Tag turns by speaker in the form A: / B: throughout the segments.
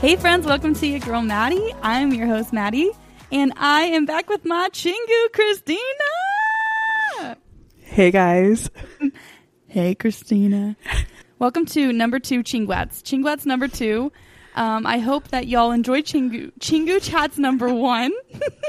A: Hey, friends, welcome to your girl Maddie. I'm your host, Maddie, and I am back with my chingu, Christina.
B: Hey guys.
A: Hey, Christina. welcome to number two, Chinguats. Chinguats number two. Um, I hope that y'all enjoy Chingu Chingu Chats number one.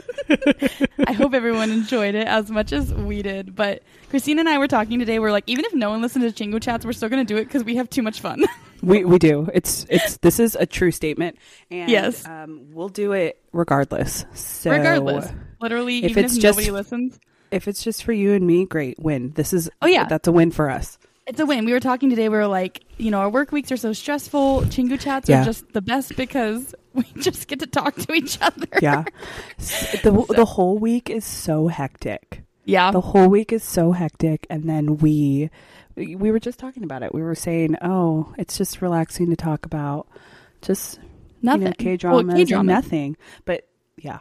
A: I hope everyone enjoyed it as much as we did. But Christina and I were talking today. We're like, even if no one listened to Chingu Chats, we're still going to do it because we have too much fun.
B: We we do. It's it's this is a true statement. And
A: Yes.
B: um we'll do it regardless. So
A: Regardless, literally,
B: if
A: even
B: it's
A: if
B: just-
A: nobody listens,
B: If it's just for you and me, great. Win. This is
A: Oh, yeah.
B: That's a win for us.
A: It's a win. We were talking today. We were like, you know, our work weeks are so stressful. Chingu chats are
B: Yeah.
A: just the best because we just get to talk to each other.
B: Yeah. S- the the whole week is so hectic.
A: Yeah.
B: The whole week is so hectic and then we we were just talking about it. We were saying, "Oh, it's just relaxing to talk about just
A: Nothing.
B: you know,
A: Well,
B: K-dramas,
A: K-dramas.
B: and nothing." But yeah.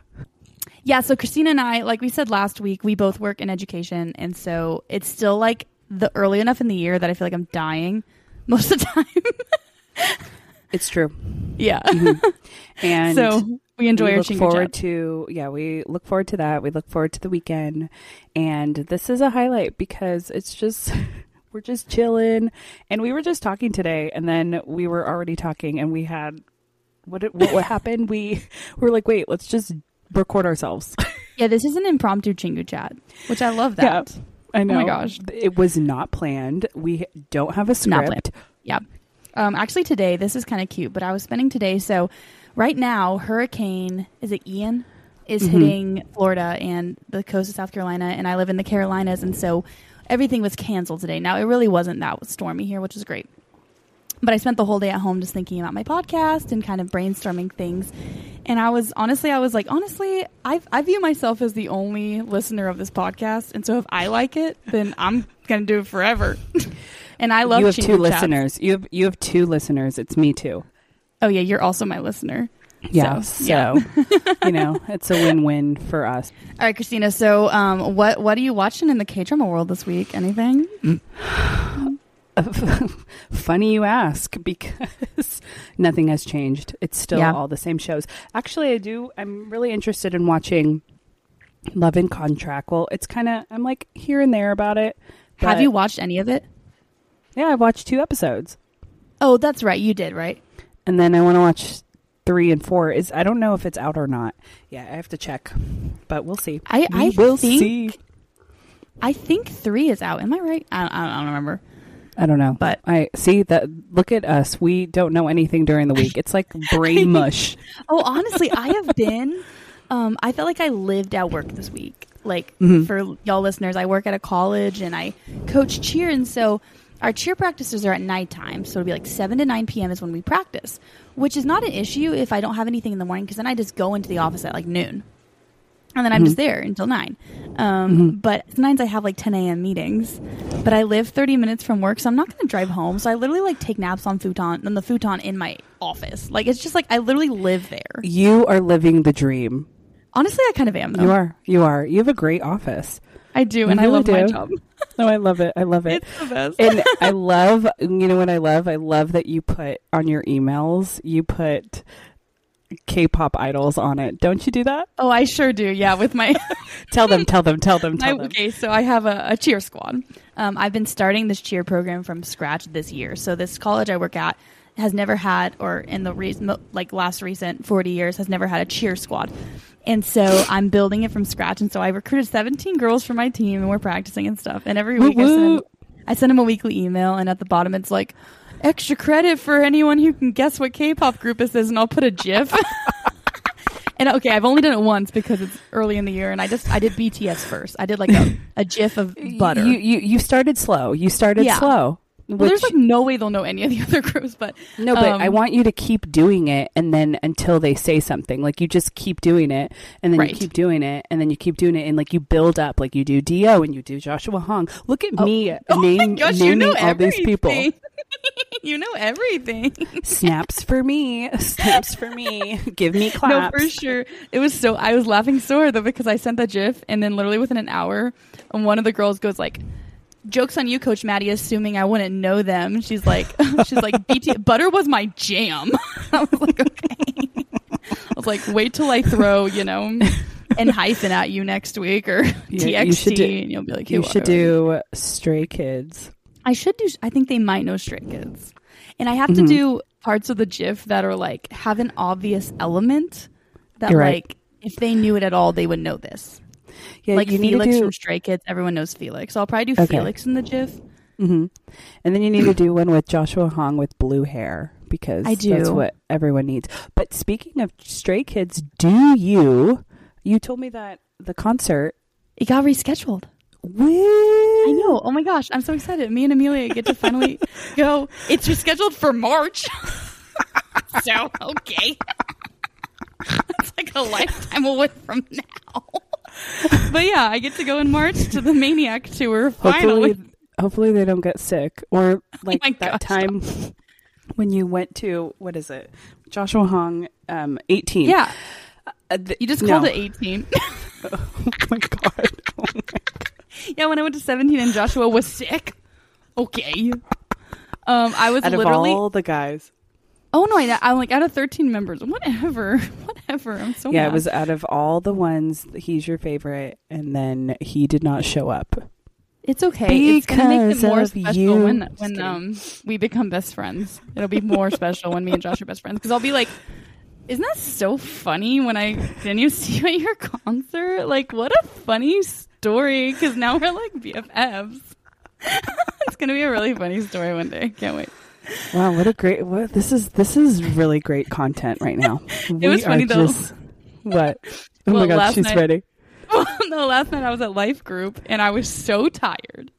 A: Yeah. So Christina and I, like we said last week, we both work in education. And so it's still like the early enough in the year that I feel like I'm dying most of the time.
B: It's true. Mm-hmm.
A: yeah.
B: And
A: so we enjoy
B: we
A: our
B: look
A: Chingu
B: forward
A: chats.
B: to yeah we look forward to that we look forward to the weekend and this is a highlight because it's just we're just chilling and we were just talking today and then we were already talking and we had what it- what, what happened we we were like wait let's just record ourselves
A: yeah. This is an impromptu Chingu chat, which I love
B: Yeah.
A: that.
B: i know
A: my gosh.
B: it was not planned we don't have a
A: Not
B: script
A: planned. Yeah. Um, actually, today, this is kind of cute, but I was spending today. So, right now, Hurricane, is it Ian? Is
B: Mm-hmm.
A: hitting Florida and the coast of South Carolina, and I live in the Carolinas. And so everything was canceled today. Now, it really wasn't that stormy here, which is great. But I spent the whole day at home just thinking about my podcast and kind of brainstorming things. And I was honestly, I was like, honestly, I, I view myself as the only listener of this podcast. And so if I like it, then I'm going to do it forever. and I love
B: you have
A: Chingu
B: two
A: Chats.
B: listeners you have you have two listeners it's me too
A: Oh, yeah, you're also my listener.
B: yeah
A: So,
B: so,
A: yeah.
B: you know it's a win-win for us
A: All right, Christina. So, um, what what are you watching in the K drama world this week? Anything?
B: Funny you ask because nothing has changed. It's still
A: Yeah.
B: all the same shows. Actually, I do. I'm really interested in watching Love and Contract. Well, it's kind of I'm like here and there about it.
A: Have
B: but-
A: you watched any of it?
B: Yeah, I watched two episodes,
A: Oh, that's right, you did, right?
B: and then I want to watch three and four. Is I don't know if it's out or not. Yeah, I have to check, but we'll see.
A: I-
B: We
A: I
B: will
A: think-
B: see.
A: I think three is out. Am I right? I don't, I don't- I don't remember.
B: I don't know,
A: But-
B: I see that. Look at us. We don't know anything during the week. It's like brain mush.
A: Oh, honestly, I have been. Um, I felt like I lived at work this week. Like for y'all listeners, I work at a college and I coach cheer, and so our cheer practices are at nighttime. So it'll be like seven to nine p.m. is when we practice, which is not an issue if I don't have anything in the morning because then I just go into the office at like noon. and then I'm
B: Mm-hmm.
A: just there until nine. Um, But sometimes I have like 10 a.m. meetings, but I live 30 minutes from work, so I'm not going to drive home. So I literally like take naps on futon on the futon in my office. Like it's just like I literally live there.
B: You are living the dream.
A: Honestly, I kind of am. Though.
B: You are. You are. You have a great office.
A: I do,
B: You
A: and I
B: really
A: love my
B: do.
A: job.
B: No, I love it. I love it.
A: It's the best.
B: and I love, you know what I love? I love that you put on your emails, you put K pop idols on it. Don't you do that?
A: oh, I sure do. Yeah, with my.
B: Tell them, tell them, tell them,
A: I,
B: tell them.
A: okay, so I have a, a cheer squad. Um, I've been starting this cheer program from scratch this year. So this college I work at has never had, or in the recent, like last recent forty years, has never had a cheer squad. And so I'm building it from scratch. And so I recruited 17 girls for my team, and we're practicing and stuff. And every
B: Woot
A: week I send, them,
B: woot.
A: I send them a weekly email, and at the bottom it's like extra credit for anyone who can guess what K-pop group this is, and I'll put a GIF. And okay, I've only done it once because it's early in the year, and I just I did BTS first. I did like a, a GIF of butter.
B: You, you, you started slow. You started
A: Yeah.
B: slow.
A: well, there's
B: which-
A: like no way they'll know any of the other groups, but
B: no, but
A: um,
B: I want you to keep doing it, and then until they say something, like you just keep doing it, and then
A: Right.
B: you keep doing it, and then you keep doing it, and like you build up, like you do Do and you do Joshua Hong. Look at me,
A: Oh
B: name,
A: my gosh,
B: naming
A: you know
B: all these people.
A: everything. you know everything.
B: snaps for me snaps for me give me claps
A: No, for sure. It was so I um, was laughing so hard though because I sent the GIF and then literally within an hour, and one of the girls goes like, jokes on you, Coach Maddie, assuming I wouldn't know them. She's like, she's like, BT butter was my jam. I was like, okay. I was like, wait till I throw, you know, and hyphen at you next week or
B: Yeah,
A: TXT,
B: you should do-
A: and you'll be like,
B: You
A: who
B: should
A: are-
B: do Stray Kids.
A: I should do. I think they might know Stray Kids, and I
B: Mm-hmm.
A: have to do parts of the GIF that are like have an obvious element that
B: You're
A: like
B: right.
A: if they knew it at all, they would know this.
B: Yeah,
A: like
B: you
A: Felix
B: need to do,
A: from Stray Kids, everyone knows Felix. So I'll probably do
B: Okay.
A: Felix in the GIF.
B: Mm-hmm. and then you need to do one with Joshua Hong with blue hair because
A: I
B: that's
A: do.
B: what everyone needs. But speaking of Stray Kids, do you? You told me that the concert.
A: It got rescheduled. I
B: Woo!
A: know. Oh my gosh, I'm so excited. Me and Amelia get to finally go. It's rescheduled for March. so okay, it's like a lifetime away from now. but yeah, I get to go in March to the Maniac tour finally. Oh
B: Hopefully, hopefully they don't get sick or like
A: my
B: that
A: gosh.
B: time when you went to what is it, Joshua Hong, um, eighteen.
A: Yeah,
B: Uh, th-
A: you just
B: no.
A: called it 18.
B: Oh my god. Oh my
A: yeah, when I went to 17 and Joshua was sick. Okay. Um, I was
B: Out of
A: literally.
B: all the guys.
A: oh no, I, I'm like out of 13 members. Whatever, whatever. I'm so
B: yeah,
A: mad.
B: it was out of all the ones he's your favorite, and then he did not show up.
A: It's okay. it's gonna make
B: Because
A: it more
B: of
A: special
B: you.
A: when
B: Just
A: when
B: kidding.
A: um we become best friends. It'll be more special when me and Josh are best friends because I'll be like, isn't that so funny? When I didn't you see you at your concert? Like, what a funny story! Because now we're like BFFs. it's gonna be a really funny story one day. Can't wait.
B: Wow, what a great! What, this is this is really great content right now. We
A: was
B: are
A: funny, though.
B: what? Oh my
A: Well,
B: god,
A: last
B: she's
A: night-
B: ready.
A: Well, no, last night I was at Life Group and I was so tired.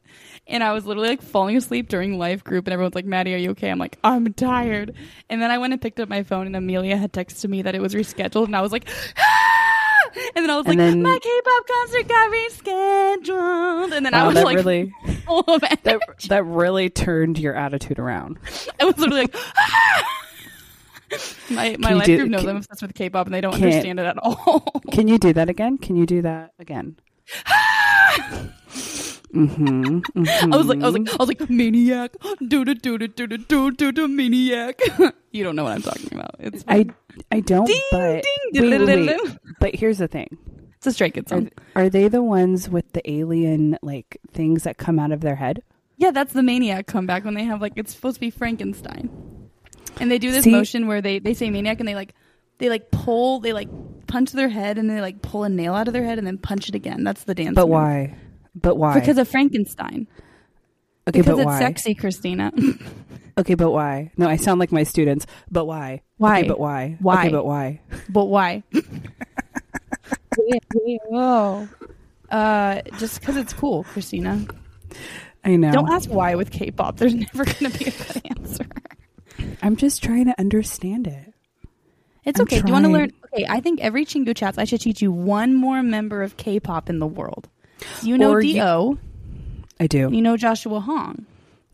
A: And I was literally like falling asleep during Life Group and everyone's like, Maddie, are you okay? I'm like, I'm tired. And then I went and picked up my phone and Amelia had texted me that it was rescheduled and I was like, "Ah!" And then I was like,
B: And then-
A: my K-pop concert got rescheduled. And then I
B: Wow,
A: was
B: that
A: like,
B: really
A: full of energy.
B: that that really turned your attitude around.
A: I was literally like, "Ah!" my my
B: you
A: Life
B: do-
A: Group knows
B: can-
A: I'm obsessed with K-pop and they don't
B: Can't-
A: understand it at all.
B: Can you do that again? Can you do that again?
A: I was like, I was
B: Hmm.
A: like, I was like, maniac, do do do do do do do do do maniac. you don't know what I'm talking about. It's
B: I I don't.
A: Ding,
B: but
A: ding,
B: wait, wait, wait.
A: diddle-diddle.
B: but here's the thing:
A: it's a Stray Kids
B: are,
A: song.
B: are they the ones with the alien like things that come out of their head?
A: yeah, that's the maniac comeback when they have like it's supposed to be Frankenstein, and they do this
B: See-
A: motion where they they say maniac and they like they like pull they like punch their head and they like pull a nail out of their head and then punch it again. That's the dance.
B: But
A: move.
B: why? But why?
A: Because of Frankenstein.
B: okay,
A: because
B: but
A: it's
B: why?
A: sexy, Christina.
B: Okay, but why? No, I sound like my students. But why?
A: Why?
B: Okay, but why?
A: Why?
B: Okay, but why?
A: but why? Whoa. Oh. Uh, just because it's cool, Christina.
B: I know.
A: Don't ask why with K-pop. There's never going to be a good answer.
B: I'm just trying to understand it.
A: It's
B: I'm
A: okay. Do you want to
B: trying.
A: learn? Okay, I think every Chingu chats, I should teach you one more member of K-pop in the world. So you know
B: Or you-
A: Do,
B: I do.
A: you, know Joshua Hong.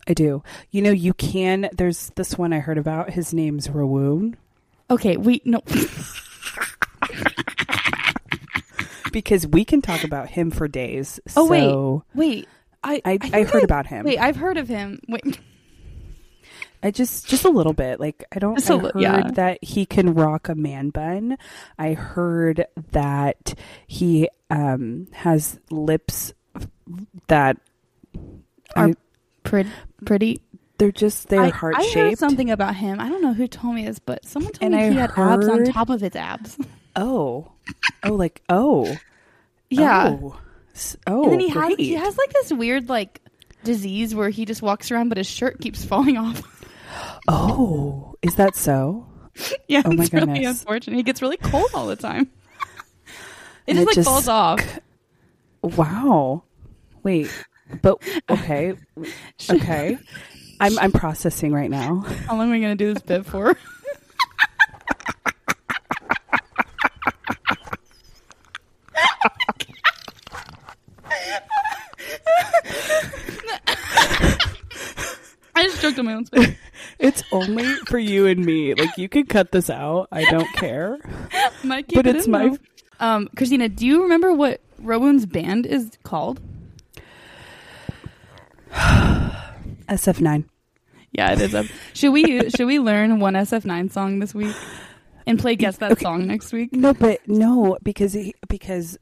B: I do. You know, you can. There's this one I heard about. His name's Rawoon
A: Okay, we no.
B: because we can talk about him for days.
A: Oh
B: so
A: wait, wait. I
B: I-
A: think
B: I heard about him.
A: Wait, I've heard of him. Wait,
B: I just just a little bit. Like I don't.
A: Just a
B: I
A: li-
B: heard
A: yeah.
B: that he can rock a man bun. I heard that he um has lips that
A: Are
B: I-
A: pretty, pretty.
B: they're just they're
A: I,
B: heart
A: I heard
B: shaped.
A: something about him. I don't know who told me this, but someone told
B: And
A: me
B: I
A: he had abs on
B: heard-
A: top of his abs.
B: Oh, oh, like oh,
A: yeah.
B: Oh, S- oh
A: and then he has
B: great.
A: he has like this weird like disease where he just walks around but his shirt keeps falling off.
B: Oh, is that so?
A: yeah,
B: Oh my
A: it's really
B: goodness.
A: unfortunate. He gets really cold all the time. it
B: And
A: just
B: it
A: like
B: just-
A: falls off.
B: Wow. Wait, but okay, okay. I'm I'm processing right now.
A: How long are we gonna do this bit for? I just choked on my own spit.
B: It's only for you and me. Like you could cut this out. I don't care.
A: Might keep
B: But
A: it
B: it's
A: in,
B: my-
A: though. Um, Christina, do you remember what Rowan's band is called?
B: SF9.
A: Yeah, it is up. should we use, should we learn one SF9 song this week and play guess that song next week?
B: No, but no, because he, because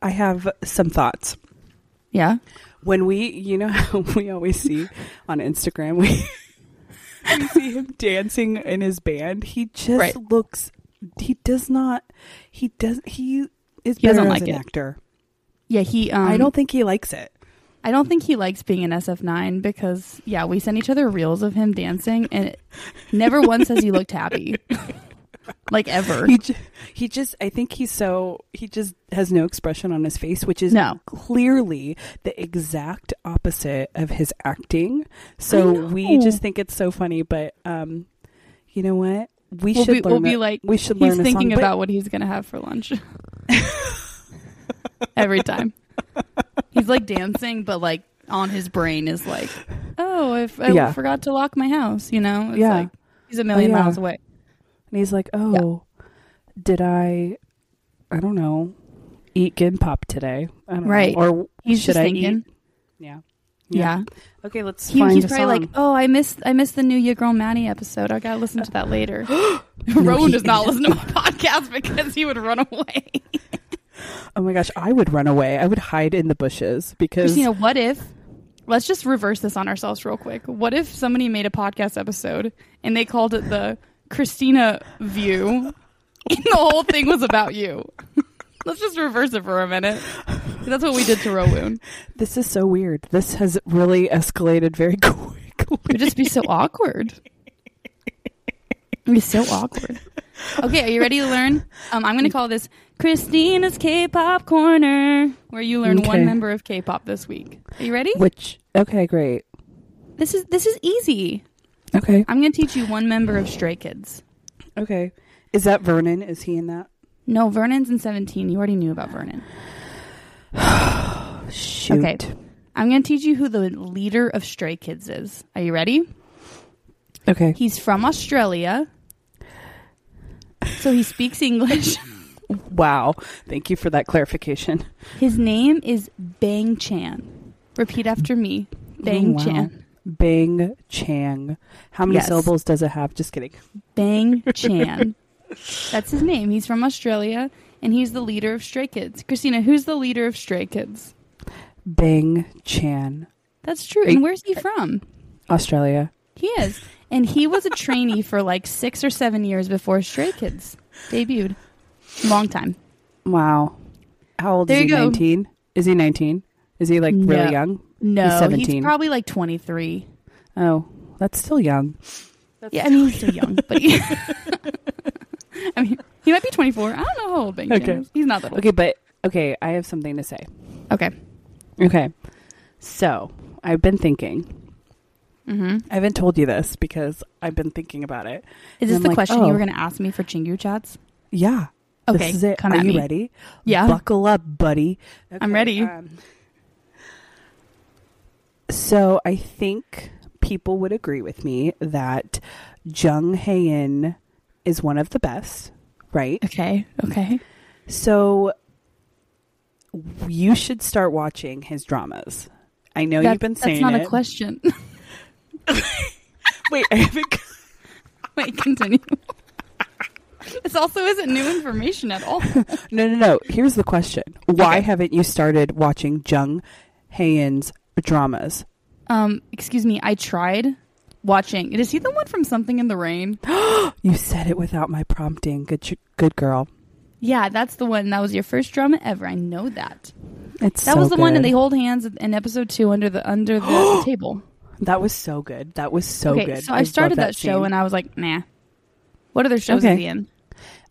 B: I have some thoughts.
A: Yeah.
B: When we, you know, how we always see on Instagram, we, we see him dancing in his band. He just
A: Right.
B: looks. He does not. He does. He is
A: He doesn't
B: better as
A: like
B: an
A: it.
B: actor.
A: Yeah, he um
B: I don't think he likes it.
A: I don't think he likes being an SF9 because yeah, we send each other reels of him dancing and it never once has he looked happy. like ever.
B: He ju- he just I think he's so he just has no expression on his face, which is
A: No.
B: clearly the exact opposite of his acting. So
A: I
B: we
A: know.
B: just think it's so funny, but um, you know what? We
A: We'll
B: should
A: be-
B: learn.
A: we'll be
B: a-
A: like,
B: we should
A: He's
B: learn a
A: thinking
B: song, but
A: about what he's gonna have for lunch every time. He's like dancing, but like on his brain is like, oh, if I
B: Yeah.
A: forgot to lock my house, you know, it's
B: Yeah. Oh,
A: like he's a million
B: yeah.
A: miles away.
B: And he's like, oh, did I? I don't know. Eat gimpop today, I don't know.
A: Right.
B: Or
A: He's
B: should
A: just
B: I
A: thinking.
B: eat? Yeah.
A: Yeah,
B: Okay, let's
A: He-
B: find
A: he's
B: a
A: probably
B: song.
A: like, oh, I missed, I missed the new Ya Girl Maddie episode. I gotta listen to that later.
B: No,
A: Rowan
B: he-
A: does not listen to my podcast because he would run away.
B: oh my gosh, I would run away. I would hide in the bushes because
A: Christina, what if? Let's just reverse this on ourselves real quick. What if somebody made a podcast episode and they called it the Christina View, and the whole thing was about you? Let's just reverse it for a minute. That's what we did to Rowoon.
B: This is so weird. This has really escalated very quickly.
A: It'd just be so awkward. It'd be so awkward. Okay, are you ready to learn? Um, I'm going to call this Christina's K-pop Corner, where you learn
B: Okay.
A: one member of K-pop this week. Are you ready?
B: Which okay, great.
A: This is this is easy.
B: Okay,
A: I'm going to teach you one member of Stray Kids.
B: okay. Is that Vernon? Is he in that?
A: No, Vernon's in 17. You already knew about Vernon.
B: Shoot.
A: Okay. I'm going to teach you who the leader of Stray Kids is. Are you ready?
B: Okay.
A: He's from Australia. So he speaks English.
B: Wow. Thank you for that clarification.
A: His name is Bang Chan. Repeat after me. Bang
B: Oh, wow.
A: Chan.
B: Bang Chang. How many
A: Yes.
B: syllables does it have? Just kidding.
A: Bang Chan. That's his name. He's from Australia and he's the leader of Stray Kids. Christina, who's the leader of Stray Kids?
B: Bang Chan,
A: That's true.
B: Are you-
A: And where's he from?
B: Australia.
A: He is. And he was a trainee for like six or seven years before Stray Kids debuted. Long time.
B: Wow. How old is
A: There
B: he?
A: you go.
B: Nineteen? Is he nineteen? Is he like
A: No.
B: really young?
A: No,
B: He's 17.
A: probably like 23.
B: Oh, that's still young.
A: yeah, I mean, he's still young, but he, I mean, he might be 24. I don't know how old Bang Chan
B: Okay.
A: is. He's not that old.
B: Okay, but okay. I have something to say.
A: Okay.
B: Okay. So I've been thinking.
A: Mm-hmm.
B: I haven't told you this because I've been thinking about it.
A: Is
B: And
A: this
B: I'm
A: the
B: like,
A: question
B: oh.
A: you were going to ask me for Chingu chats?
B: Yeah.
A: Okay,
B: This is it.
A: come
B: Are
A: at
B: you
A: me.
B: ready?
A: Yeah.
B: Buckle up, buddy.
A: I'm ready.
B: um, so I think people would agree with me that Jung Hae-in is one of the best, right?
A: Okay. Okay.
B: So you should start watching his dramas. I know
A: That's-
B: you've been
A: that's
B: saying
A: not
B: it.
A: a question.
B: Wait, I haven't.
A: Wait, continue. this also isn't new information at all.
B: No, no, no. Here's the question: Why
A: Okay.
B: haven't you started watching Jung Hae-in's dramas?
A: Um, excuse me. I tried watching. Is he the one from Something in the Rain?
B: You said it without my prompting. Good, ch- good girl.
A: yeah, that's the one. That was your first drama ever. I know that.
B: It's
A: That
B: so
A: was the one, and they
B: good.
A: hold hands in episode two under the under the table.
B: That was so good. That was so
A: okay,
B: good.
A: so I started
B: love
A: that, show, and I was like, nah. What other shows
B: Okay.
A: is he in?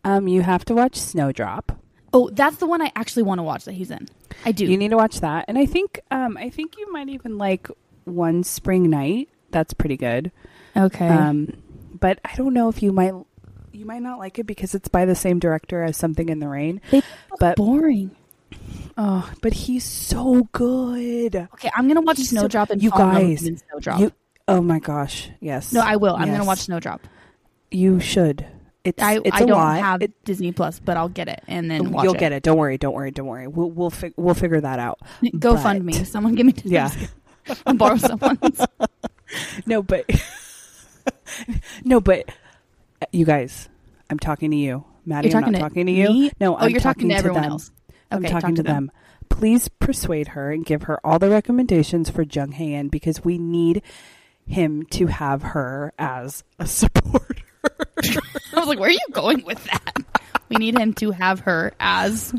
B: um, you have to watch Snowdrop.
A: Oh, that's the one I actually want to watch that he's in. I do.
B: You need to watch that, and I think, um, I think you might even like One Spring Night. That's pretty good.
A: okay.
B: Um, but I don't know if you might, you might not like it because it's by the same director as Something in the Rain.
A: They-
B: But
A: boring.
B: oh, but he's so good.
A: Okay, I'm gonna watch
B: He's so-
A: Snowdrop and
B: you
A: fall in love with
B: guys,
A: him in Snowdrop.
B: You, oh my gosh, yes.
A: no, I will. I'm gonna
B: Yes.
A: watch Snowdrop.
B: You should. It's
A: I
B: it's
A: I
B: a
A: don't
B: lot.
A: have
B: It-
A: Disney Plus, but I'll get it and then watch
B: you'll get it. Don't worry. Don't worry. Don't worry. We'll we'll fi- we'll figure that out.
A: GoFundMe.
B: But-
A: Someone give me.
B: Yeah.
A: and borrow someone's.
B: No, but no, but you guys, I'm talking to you, Maddie.
A: You're
B: I'm
A: talking
B: not
A: to
B: talking to you.
A: me?
B: No,
A: Oh,
B: I'm
A: you're talking to everyone
B: them.
A: else.
B: I'm
A: Okay,
B: talking
A: talk to
B: to them.
A: them.
B: Please persuade her and give her all the recommendations for Jung Hae-in because we need him to have her as a supporter.
A: I was like, where are you going with that? We need him to have her as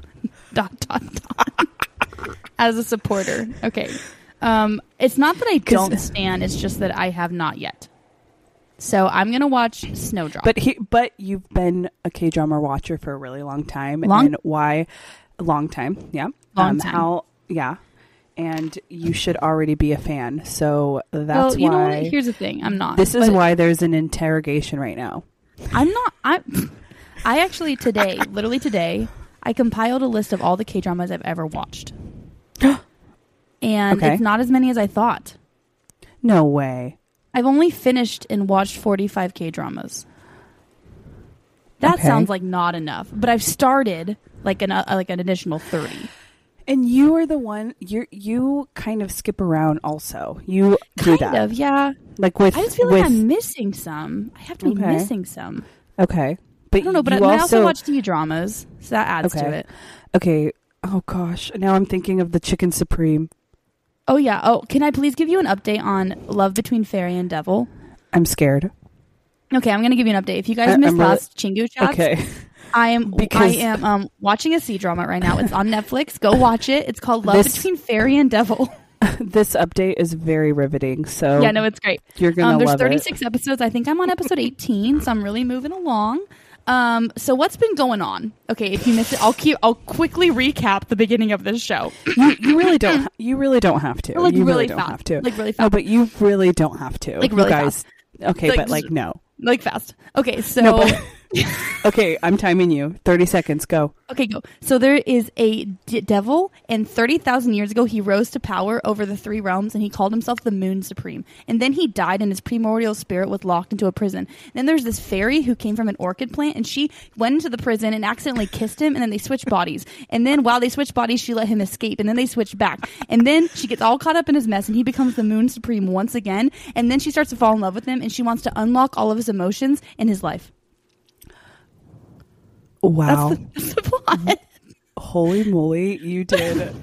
A: dot dot dot as a supporter. Okay. Um, it's not that I
B: 'Cause-
A: don't stand. It's just that I have not yet. So I'm gonna watch Snowdrop.
B: But he, but you've been a K drama watcher for a really long time,
A: Long-
B: and why? A long time, yeah. Um,
A: Long time.
B: How? Yeah, and you should already be a fan. So that's
A: well, you
B: why.
A: know what? Here's the thing. I'm not.
B: this is
A: But
B: why there's an interrogation right now.
A: I'm not. I I actually today, literally today, I compiled a list of all the K dramas I've ever watched, and
B: Okay.
A: it's not as many as I thought.
B: No way.
A: I've only finished and watched 45 K dramas. That
B: Okay.
A: sounds like not enough, but I've started like an uh, like an additional 30.
B: And you are the one you you kind of skip around also. You do
A: Kind
B: that.
A: of, yeah.
B: Like with
A: I just feel
B: with
A: like I'm missing some. I have to be
B: Okay.
A: missing some.
B: okay. But
A: I don't know, but I,
B: you
A: but I
B: also,
A: also watch D dramas, so that adds to
B: Okay.
A: it.
B: Okay. Oh gosh. Now I'm thinking of the chicken supreme.
A: Oh yeah. Oh, can I please give you an update on Love Between Fairy and Devil?
B: I'm scared.
A: Okay, I'm gonna give you an update. If you
B: I-
A: guys
B: I'm
A: missed
B: really-
A: last Chingu shots,
B: Uh, okay.
A: I am
B: Because-
A: I am um, watching a C drama right now. It's on Netflix. Go watch it. It's called Love
B: This-
A: Between Fairy and Devil.
B: this update is very riveting. So
A: yeah, no, it's great.
B: Oh, you're gonna
A: Um, there's
B: love
A: 36 episodes. I think I'm on episode 18, so I'm really moving along. Um, so what's been going on? Okay, if you missed it, I'll keep. I'll quickly recap the beginning of this show.
B: it. You, you really don't. You really don't have to.
A: Like,
B: you
A: really
B: don't
A: fast.
B: have to.
A: Like, really
B: No,
A: fast.
B: but you really don't have to.
A: Like,
B: You
A: really
B: guys. Okay,
A: Like,
B: but like no.
A: Like fast. Okay, so
B: No, but- okay, I'm timing you. Thirty seconds. Go.
A: Okay, go. So there is a d- devil, and 30,000 years ago, he rose to power over the three realms, and he called himself the Moon Supreme. And then he died, and his primordial spirit was locked into a prison. Then there's this fairy who came from an orchid plant, and she went into the prison and accidentally kissed him, and then they switched bodies. And then while they switched bodies, she let him escape, and then they switched back. And then she gets all caught up in his mess, and he becomes the Moon Supreme once again. And then she starts to fall in love with him, and she wants to unlock all of his emotions in his life. That's,
B: Wow.
A: the, that's the plot.
B: Holy moly, you did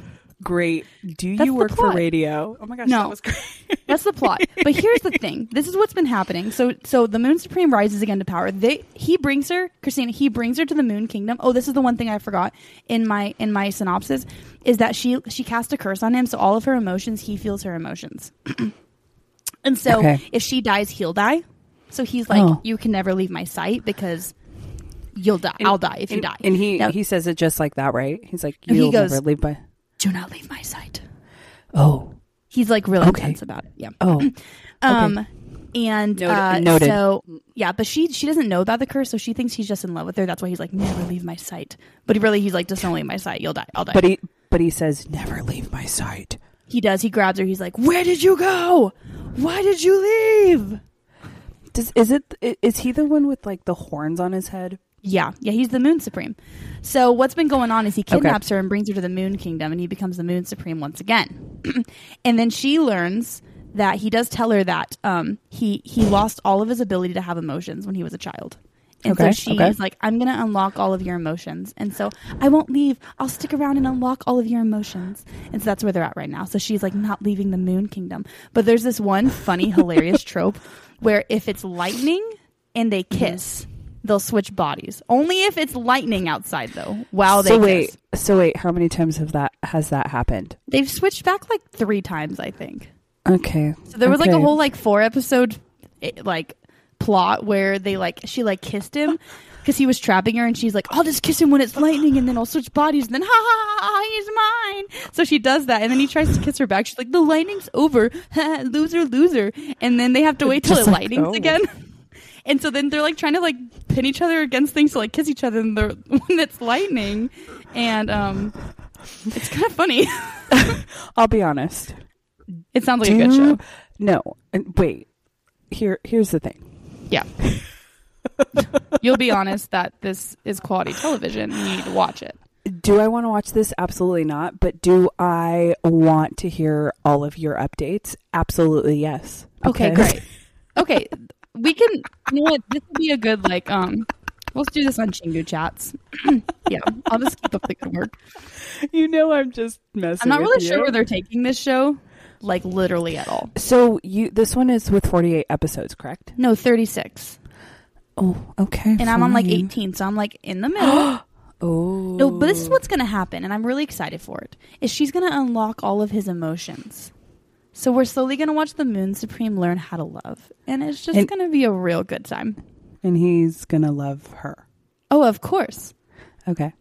B: great. Do
A: That's
B: you
A: the
B: work for
A: plot.
B: radio? Oh my gosh,
A: No.
B: that was great.
A: That's the plot. But here's the thing. This is what's been happening. So so the Moon Supreme rises again to power. They he brings her, Christina, he brings her to the Moon Kingdom. Oh, this is the one thing I forgot in my in my synopsis is that she she cast a curse on him, so all of her emotions, he feels her emotions. and so
B: Okay.
A: if she dies, he'll die. So he's like,
B: Oh.
A: You can never leave my sight because you'll die. I'll die if you
B: and,
A: die.
B: And he
A: Now,
B: he says it just like that, right? He's like,
A: No,
B: You'll
A: he goes-
B: never leave by
A: do not leave my sight.
B: Oh.
A: He's like really
B: Okay.
A: intense about it. Yeah.
B: Oh.
A: Um, and
B: Noted-
A: uh,
B: noted.
A: so yeah, but she she doesn't know about the curse, so she thinks he's just in love with her. That's why he's like, never leave my sight. But he really, he's like, just don't leave my sight. You'll die. I'll die.
B: But he but he says, Never leave my sight.
A: he does. He grabs her. He's like, where did you go? Why did you leave?
B: Does is it i- is he the one with like the horns on his head?
A: Yeah, yeah, he's the Moon Supreme. So what's been going on is he kidnaps her and brings her to the Moon Kingdom, and he becomes the Moon Supreme once again. and then she learns that he does tell her that um, he he lost all of his ability to have emotions when he was a child. And so
B: Okay,
A: she's
B: okay.
A: like, I'm gonna unlock all of your emotions, and so I won't leave. I'll stick around and unlock all of your emotions. And so that's where they're at right now. So she's like not leaving the Moon Kingdom. But there's this one funny, hilarious trope where if it's lightning and they kiss, they'll switch bodies. Only if it's lightning outside, though. Wow, Oh, they
B: so wait
A: kiss.
B: so wait, how many times have that has that happened?
A: They've switched back like three times, I think.
B: Okay.
A: So there was like a
B: Okay.
A: whole like four episode eh, like plot where they like she like kissed him because he was trapping her, and she's like, "I'll just kiss him when it's lightning, and then I'll switch bodies, and then ha ha ha, ha, he's mine." So she does that, and then he tries to kiss her back. She's like, "The lightning's over, loser, loser," and then they have to wait till
B: Just
A: it
B: like,
A: lightnings
B: oh.
A: again. And so then they're like trying to like pin each other against things to like kiss each other and they're, when it's lightning, and um, it's kind of funny.
B: I'll be honest.
A: It sounds like a good show.
B: No. And wait. Here here's the thing.
A: Yeah. You'll be honest that this is quality television. You need to watch it.
B: do I want to watch this? Absolutely not. But do I want to hear all of your updates? Absolutely yes.
A: Okay,
B: Because-
A: great. Okay, we can. You know what? This will be a good like. Um, we'll do this on Chingu chats. yeah, I'll just keep up the good work.
B: You know I'm just messing.
A: I'm not
B: with
A: really
B: you.
A: sure where they're taking this show, like literally at all.
B: So you this one is with 48 episodes, correct?
A: No, 36,
B: Oh, okay.
A: and I'm on like 18, so I'm like in the middle.
B: Oh.
A: no, but this is what's gonna happen, and I'm really excited for it. Is she's gonna unlock all of his emotions? So we're slowly gonna watch the Moon Supreme learn how to love, and it's just
B: And-
A: gonna be a real good time.
B: and he's going to love her.
A: Oh, of course.
B: Okay.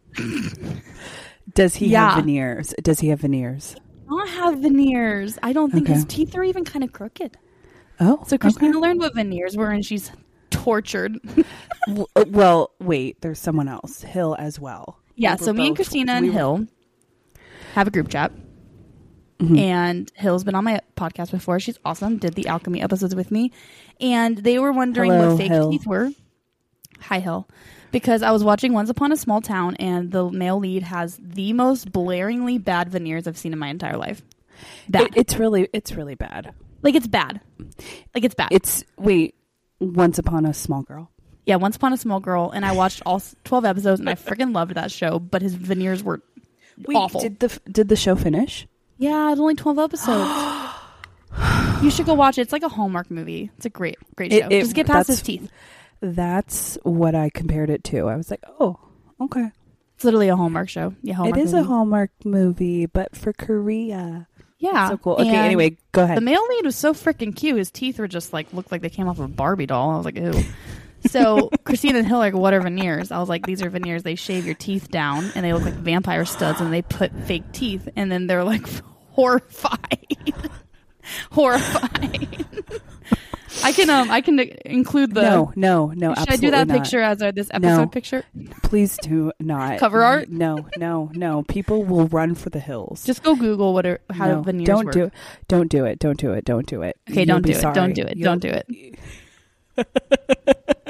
B: Does he
A: Yeah.
B: have veneers? Does he have veneers?
A: not have veneers. I don't think his
B: Okay.
A: teeth are even kind of crooked.
B: Oh.
A: So Christina learned what veneers were, and she's tortured.
B: W- uh, well, wait, there's someone else, Hill as well.
A: yeah.
B: We were
A: so me and
B: both-
A: Christina and
B: we were-
A: Hill have a group chat,
B: Mm-hmm.
A: and Hill's been on my podcast before. She's awesome. Did the alchemy episodes with me, and they were wondering
B: Hello,
A: what fake
B: Hill.
A: teeth were. Hi, Hill. Because I was watching Once Upon a Small Town, and the male lead has the most blaringly bad veneers I've seen in my entire life. Bad.
B: It- it's really it's really bad.
A: like, it's bad. Like, it's bad.
B: It's wait, once upon a small girl.
A: Yeah, Once Upon a Small Girl, and I watched all s- 12 episodes, and I freaking loved that show, but his veneers were awful.
B: did the f- did the show finish?
A: yeah, it's only 12 episodes. you should go watch it. It's like a Hallmark movie. It's a great, great show.
B: It- it-
A: Just get past his
B: that's-
A: teeth.
B: That's what I compared it to. I was like, "Oh, okay."
A: It's literally a Hallmark show. Yeah, Hallmark
B: it is
A: movie.
B: a Hallmark movie, but for Korea.
A: Yeah.
B: So cool. Okay,
A: and
B: anyway, go
A: The
B: ahead.
A: male lead was so freaking cute. His teeth were just like, looked like they came off of a Barbie doll. I was like, ew. So Christina and Hill are like, what are veneers? I was like, these are veneers. They shave your teeth down, and they look like vampire studs, and they put fake teeth, and then they're like horrified, horrified. I can um I can include the.
B: no, no,
A: should
B: no.
A: I do
B: absolutely
A: that
B: not.
A: picture as our this episode picture?
B: Please do not
A: Cover art?
B: No, no, no. People will run for the hills.
A: Just go Google what are, how
B: no,
A: veneers
B: don't
A: work.
B: do it. Don't do it. Don't do it. Don't do it.
A: Okay,
B: You'll
A: don't
B: be
A: do it.
B: sorry.
A: Don't do it.
B: You'll-
A: Don't do it.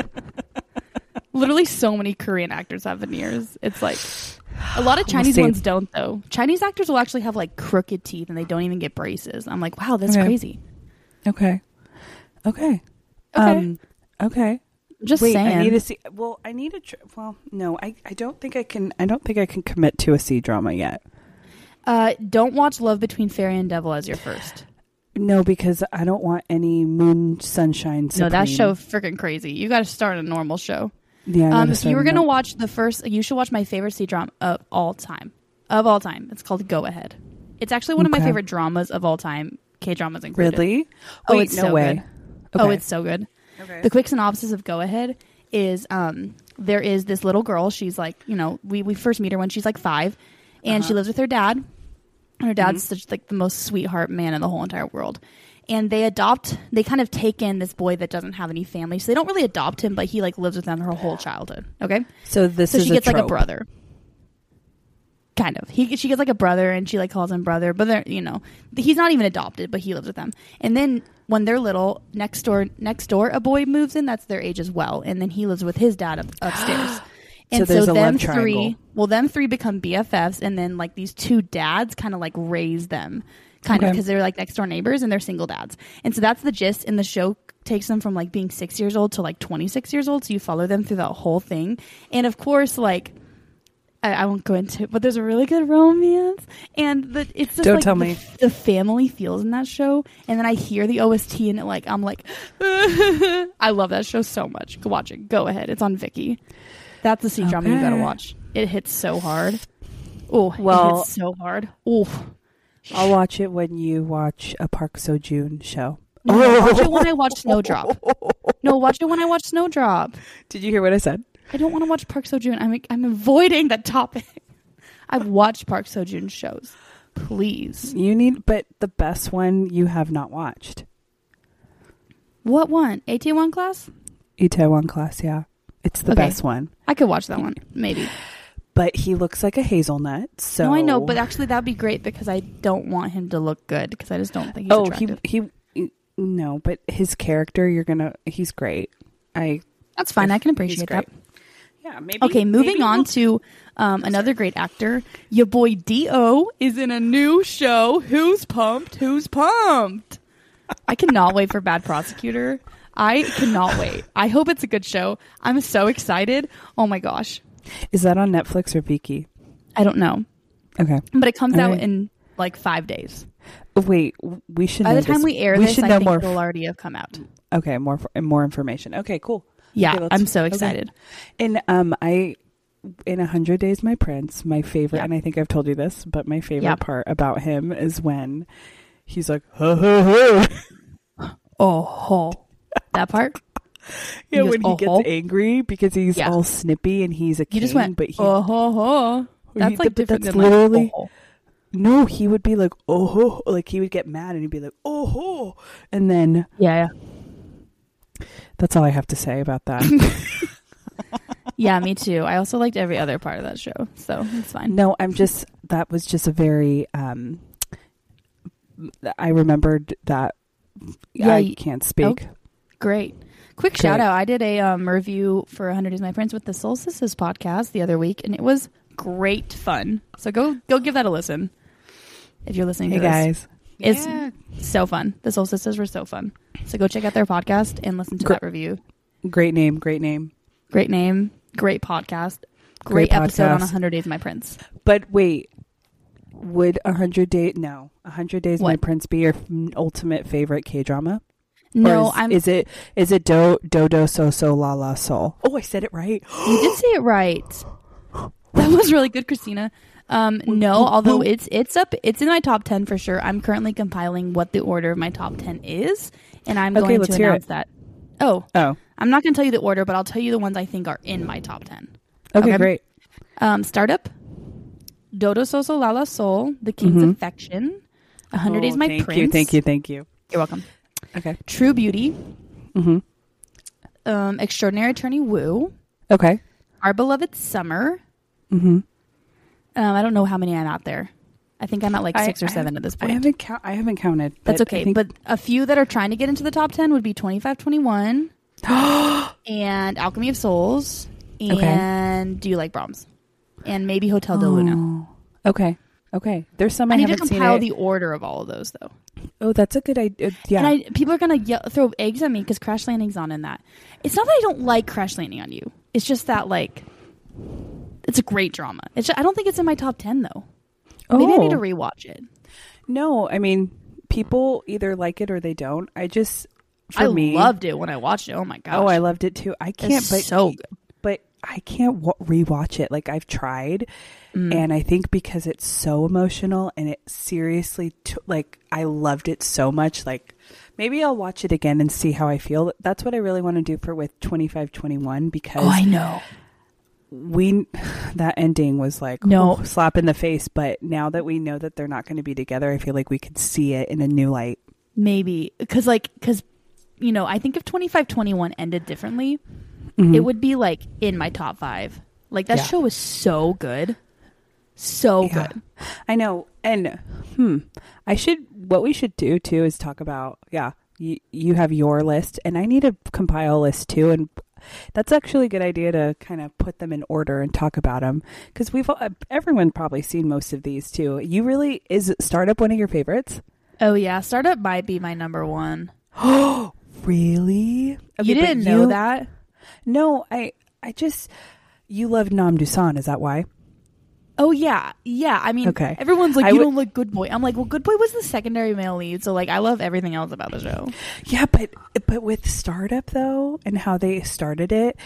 A: Literally, so many Korean actors have veneers. It's like a lot of Chinese
B: see.
A: ones don't, though. Chinese actors will actually have like crooked teeth and they don't even get braces. I'm like, wow, that's
B: Okay.
A: crazy.
B: Okay. Okay.
A: Okay.
B: Um, okay.
A: Just
B: Wait,
A: saying.
B: I need to see. Well, I need a. Tr- well, no, I, I don't think I can. I don't think I can commit to a C drama yet.
A: uh, don't watch Love Between Fairy and Devil as your first.
B: No, because I don't want any moon sunshine. Supreme.
A: No, that show freaking crazy. You got to start a normal show.
B: Yeah. I
A: Um,
B: gotta
A: if you
B: start
A: were gonna
B: another-
A: watch the first, you should watch my favorite C drama of all time. Of all time, it's called Go Ahead. It's actually one of my
B: Okay.
A: favorite dramas of all time. K dramas included.
B: Really?
A: Oh,
B: Wait,
A: it's
B: no
A: so
B: way.
A: good. Oh,
B: Okay.
A: it's so good.
B: Okay.
A: The quick synopsis of Go Ahead is um, there is this little girl. She's like, you know, we, we first meet her when she's like five, and
B: Uh-huh.
A: she lives with her dad. And her dad's
B: Mm-hmm.
A: such like the most sweetheart man in the whole entire world. And they adopt, they kind of take in this boy that doesn't have any family. So they don't really adopt him, but he like lives with them her whole childhood. Okay.
B: So this
A: So
B: is
A: she gets like a
B: trope.
A: brother. Kind of. He she gets like a brother and she like calls him brother, but they're you know he's not even adopted, but he lives with them. And then when they're little, next door next door a boy moves in that's their age as well, and then he lives with his dad up, upstairs. And
B: So
A: so,
B: there's a
A: them
B: love triangle.
A: three, well, them three become BFFs, and then like these two dads kind of like raise them, kind of
B: Okay.
A: because they're like next door neighbors and they're single dads. And so that's the gist. And the show takes them from like being six years old to like 26 years old. So you follow them through that whole thing. And of course, like, I, I won't go into it, but there's a really good romance. And the, it's just
B: Don't
A: like
B: tell
A: the,
B: me.
A: the family feels in that show. And then I hear the OST and it like, I'm like, I love that show so much. Go watch it. Go ahead. It's on Vicky. That's the C drama you gotta
B: Okay.
A: watch. It hits so hard. Oh, it
B: Well-
A: hits so hard. Oh,
B: I'll watch it when you watch a Park Sojun show.
A: watch it when I watch Snowdrop. No, watch it when I watch Snowdrop.
B: Did you hear what I said?
A: I don't want to watch Park Sojun. I'm I'm avoiding that topic. I've watched Park Sojun shows. Please,
B: You need, but the best one you have not watched.
A: what one? AT1 class?
B: Itaewon Class, yeah, it's the
A: Okay.
B: best one.
A: I could watch that one, maybe.
B: But he looks like a hazelnut. So
A: No, I know, but actually that'd be great because I don't want him to look good because I just don't think he's
B: oh, he,
A: attractive.
B: he no, but his character, you're gonna, he's great. I
A: That's fine. I can
B: he's
A: appreciate that.
B: great. Yeah, maybe.
A: Okay, moving
B: maybe
A: on
B: we'll-
A: to um, another great actor. Your boy Dio is in a new show. Who's pumped? Who's pumped? I cannot wait for Bad Prosecutor. I cannot wait. I hope it's a good show. I'm so excited. Oh my gosh.
B: Is that on Netflix or Viki?
A: I don't know.
B: Okay.
A: But it comes
B: All
A: out
B: right.
A: in like five days.
B: Wait, w- we should.
A: By
B: know
A: the time
B: this-
A: we air this,
B: should
A: I
B: know
A: think
B: more.
A: it'll already have come out.
B: okay, more f- more information. Okay, cool.
A: Yeah,
B: Okay, let's-
A: I'm so
B: okay.
A: excited.
B: And um, I in a hundred days, my prince, my favorite,
A: Yeah.
B: and I think I've told you this, but my favorite
A: Yeah.
B: part about him is when he's like, ho ho ho.
A: Oh, ho. that part? He
B: Yeah,
A: goes,
B: when he
A: "Oh-ho."
B: gets angry because he's
A: Yeah.
B: all snippy and he's a king,
A: You just went,
B: but he
A: oh, ho, ho.
B: he-
A: That's like
B: but
A: different
B: that's
A: than like,
B: literally-
A: oh, ho.
B: no, he would be like, oh ho, ho," like he would get mad and he'd be like, oh ho, and then
A: Yeah,
B: that's all I have to say about that.
A: yeah. Yeah, me too. I also liked every other part of that show, so it's fine.
B: No, I'm just that was just a very um I remembered that
A: Yeah, Oh,
B: I
A: you-
B: can't speak.
A: Great. Quick shout out. I did a um, review for 100 Days My Prince with the Solstices podcast the other week, and it was great fun. So go go give that a listen if you're listening
B: Hey
A: to this.
B: guys.
A: It's
C: Yeah.
A: so fun. The Soul Sisters were so fun. So go check out their podcast and listen to
B: Gr-
A: that review.
B: Great name, great name.
A: Great name, great podcast, great,
B: Great
A: episode on
B: podcast.
A: 100 Days My Prince.
B: But wait, would a hundred day no, a hundred days my
A: What?
B: prince be your f- ultimate favorite K drama?
A: No,
B: is,
A: I'm.
B: is it is it do do do so so la la soul? Oh I said it right.
A: you did say it right. That was really good, Christina. Um, no, although it's it's up, it's in my top ten for sure. I'm currently compiling what the order of my top ten is, and I'm
B: Okay,
A: going
B: let's
A: to
B: hear
A: announce
B: it.
A: that. Oh,
B: Oh.
A: I'm not going to tell you the order, but I'll tell you the ones I think are in my top ten.
B: Okay,
A: Okay.
B: great.
A: Um, startup, Dodo Soso Lala Soul, The King's
B: Mm-hmm.
A: Affection, A Hundred Days
B: Oh,
A: My
B: thank
A: Prince.
B: you, thank you, thank you.
A: You're welcome.
B: Okay.
A: True Beauty,
B: Mhm.
A: um, Extraordinary Attorney Woo,
B: Okay.
A: Our Beloved Summer.
B: Mm-hmm.
A: Um, I don't know how many I'm out there. I think I'm at like six or seven at this
B: I
A: point.
B: haven't count I haven't counted.
A: That's
B: but I
A: okay.
B: think-
A: But a few that are trying to get into the top 10 would be 25, 21, and Alchemy of Souls,
B: Okay.
A: and Do You Like Brahms? And maybe Hotel de Luna.
B: Okay. Okay. There's some I,
A: I need to
B: haven't
A: compile
B: seen. it.
A: the order of all of those, though.
B: oh, that's a good idea. Yeah.
A: And I, people are going to yell throw eggs at me because Crash Landing's on in that. It's not that I don't like Crash Landing on You. It's just that, like, it's a great drama. It's ju- I don't think it's in my top 10, though. Maybe I need to
B: Oh.
A: rewatch it.
B: no, I mean, people either like it or they don't. I just for
A: I
B: me
A: loved it when I watched it. Oh my gosh.
B: Oh, I loved it too. I can't but
A: so good.
B: but I can't wa rewatch it. Like I've tried
A: Mm.
B: and I think because it's so emotional and it seriously t- like I loved it so much like maybe I'll watch it again and see how I feel. That's what I really want to do for with 2521 because
A: Oh, I know.
B: we that ending was like
A: No.
B: oh, slap in the face but now that we know that they're not going to be together i feel like we could see it in a new light
A: Maybe because like because you know I think if twenty five twenty one ended differently, it would be like in my top five. Like that
B: Hmm. Yeah.
A: show was so good, so
B: Yeah.
A: good.
B: i know and hmm i should what we should do too is talk about yeah you, you have your list and i need to compile a list too and that's actually a good idea to kind of put them in order and talk about them because we've all- everyone probably seen most of these too you really is startup one of your favorites
A: Oh yeah, Startup might be my number one.
B: really Okay,
A: you
B: but
A: didn't know
B: you-
A: that?
B: No, I I just you love Nam Dusan, is that why?
A: Oh yeah, yeah. I mean,
B: Okay.
A: everyone's like,
B: I
A: you
B: would-
A: don't like Good Boy. I'm like, well, Good Boy was the secondary male lead, so like, I love everything else about the show.
B: Yeah, but but with startup though and how they started it,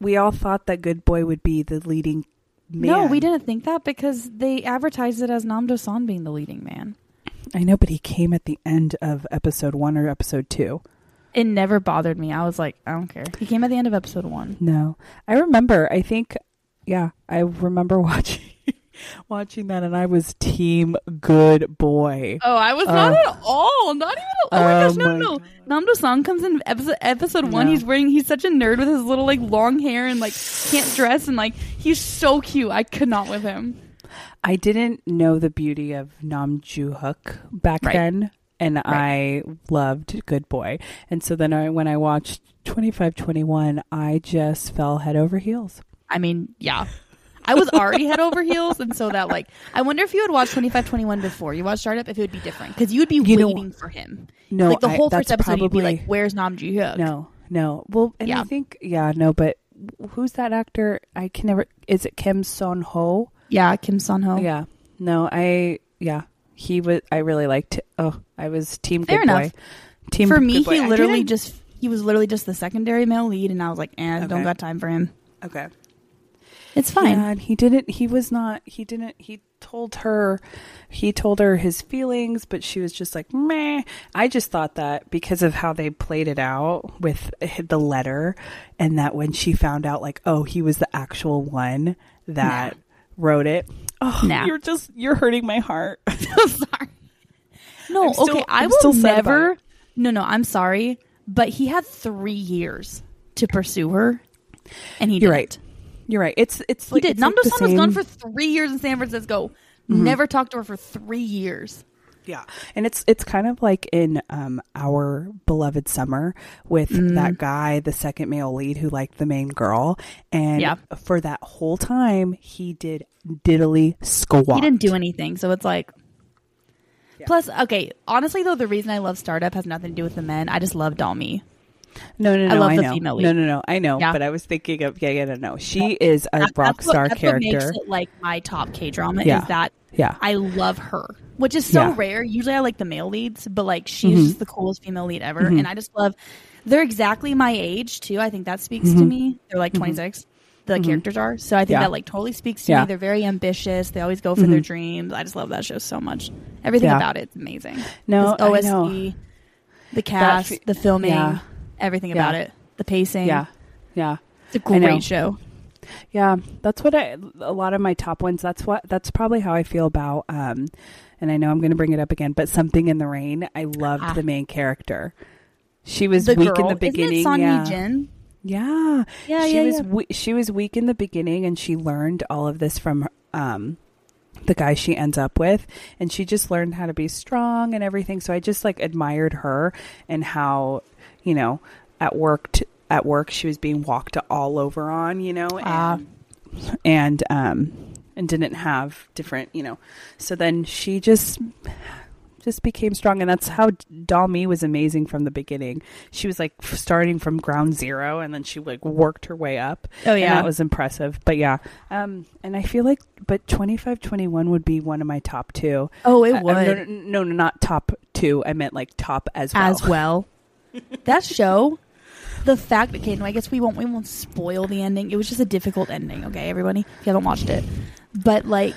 B: we all thought that Good Boy would be the leading man.
A: No, we didn't think that because they advertised it as Nam Do San being the leading man.
B: I know, but he came at the end of episode 1 or episode 2.
A: It never bothered me. I was like, I don't care. He came at the end of episode one.
B: No. I remember, I think yeah, I remember watching watching that and I was team Good Boy.
A: Oh, I was
B: not
A: not
B: Oh.
A: at all. Not even. At, oh my
B: Oh
A: gosh, no,
B: my
A: no. Namdo Song comes in episode episode one.
B: No.
A: He's wearing. He's such a nerd with his little like long hair and like can't dress and like he's so cute. I could not with him.
B: I didn't know the beauty of Nam Joo Hook back
A: Right.
B: then. and I loved Good Boy. And so then I, when I watched 2521, I just fell head over heels.
A: I mean, yeah. I was already head over heels, and so that like, I wonder if you had watched twenty five twenty one before you watched Startup, if it would be different because you'd be
B: You know-
A: waiting for him.
B: No,
A: like the
B: I-
A: whole
B: that's
A: first episode, you'd be
B: probably-
A: like, "Where's Nam Ji Hyuk?"
B: No, no. Well, and I
A: Yeah.
B: think, yeah, no, but who's that actor? I can never, is it Kim Son Ho?
A: yeah, Kim Sun Ho.
B: Yeah. No, I yeah. He was I really liked oh, I was team
A: Fair
B: good
A: enough.
B: boy. Team
A: for
B: Good
A: me,
B: Boy.
A: he
B: I
A: literally
B: didn't-
A: just he was literally just the secondary male lead, and I was like, "Eh,
B: Okay.
A: don't got time for him."
B: Okay.
A: It's fine.
B: Yeah, and he didn't he was not he didn't he told her he told her his feelings, but she was just like, meh. I just thought that because of how they played it out with the letter and that when she found out like, oh, he was the actual one that wrote it. Oh,
A: Nah.
B: you're just you're hurting my heart.
A: sorry. No,
B: I'm still-
A: okay. I
B: I'm
A: will
B: still sad about
A: never.
B: it.
A: No, no. I'm sorry, but he had three years to pursue her, and he didn't.
B: You're right. You're right. It's it's
A: He
B: like
A: did.
B: it's
A: Nam
B: like the
A: Do-san was gone
B: same- Mm-hmm.
A: for three years in San Francisco. Never talked to her for three years.
B: Yeah, and it's it's kind of like in um, our beloved summer with
A: Mm-hmm.
B: that guy, the second male lead who liked the main girl, and
A: Yeah.
B: for that whole time he did diddly squat.
A: He didn't do anything, so it's like. Plus, okay. Honestly, though, the reason I love startup has nothing to do with the men. I just love Dalmy.
B: No, no, no, I,
A: I love the
B: know.
A: female
B: No,
A: lead.
B: no, no, I know.
A: Yeah.
B: But I was thinking of yeah, yeah, no, no. She is a rock
A: That's what-
B: star
A: that's what
B: character.
A: makes it, like my top K drama
B: Yeah.
A: is that
B: Yeah.
A: I love her, which is so
B: Yeah. Mm-hmm.
A: rare. Usually I like the male leads, but like she's just the coolest female lead ever, and I just love. They're exactly my age too. I think that speaks to me. They're like twenty The characters are so. I think
B: Mm-hmm. Yeah.
A: that like totally speaks to
B: Yeah. Mm-hmm.
A: me. They're very ambitious. They always go for their dreams. I just love that show so much. Everything
B: Yeah.
A: about it's amazing.
B: No,
A: This
B: I know.
A: OST, the cast,
B: fe-
A: the filming,
B: Yeah.
A: everything
B: Yeah.
A: about it, the pacing.
B: yeah, yeah.
A: it's a
B: I know.
A: great show.
B: Yeah, that's what I a lot of my top ones. That's what that's probably how I feel about um and I know I'm going to bring it up again, but something in the rain. I loved
A: Ah.
B: the main character. She was
A: the
B: weak
A: girl.
B: in the beginning.
A: Isn't it
B: yeah.
A: Sonny Jin?
B: yeah.
A: Yeah,
B: She
A: yeah,
B: was
A: yeah.
B: we- she was weak in the beginning and she learned all of this from um the guy she ends up with and she just learned how to be strong and everything. So I just like admired her and how, you know, at work t- at work she was being walked all over on, you know, and
A: Ah.
B: and um and didn't have different you know so then she just just became strong and that's how Dalmi was amazing from the beginning she was like f- starting from ground zero and then she like worked her way up
A: Oh,
B: and
A: yeah.
B: that was impressive but yeah um and i feel like but 25 21 would be one of my top two
A: Oh, it
B: I- I-
A: would.
B: no, no no not top two i meant like top as well
A: as well. that show, the fact. Okay, no, I guess we won't. We won't spoil the ending. It was just a difficult ending. Okay, everybody, if you haven't watched it, but like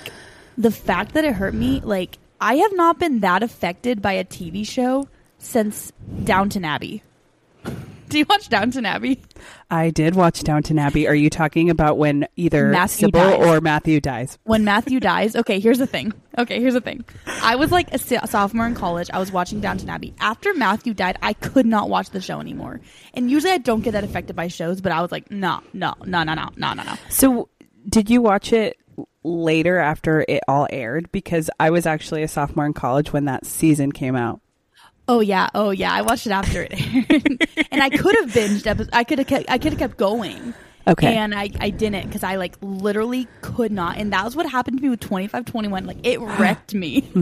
A: the fact that it hurt me. Like I have not been that affected by a TV show since Downton Abbey. Do you watch Downton Abbey?
B: i did watch downton abbey are you talking about when either
A: Matthew
B: sybil
A: dies.
B: or matthew dies
A: when Matthew dies, okay, here's the thing. Okay, here's the thing. I was like a so- sophomore in college. I was watching Downton Abbey. After Matthew died, I could not watch the show anymore. And usually I don't get that affected by shows, but I was like, no, no, no, no, no, no, no, no.
B: So, did you watch it later after it all aired? Because I was actually a sophomore in college when that season came out.
A: Oh yeah, oh yeah. I watched it after it aired, and I could have binged. Epi- I could have kept. I could have kept going.
B: Okay.
A: And I, I didn't because I like literally could not, and that was what happened to me with twenty five twenty one. Like it wrecked me.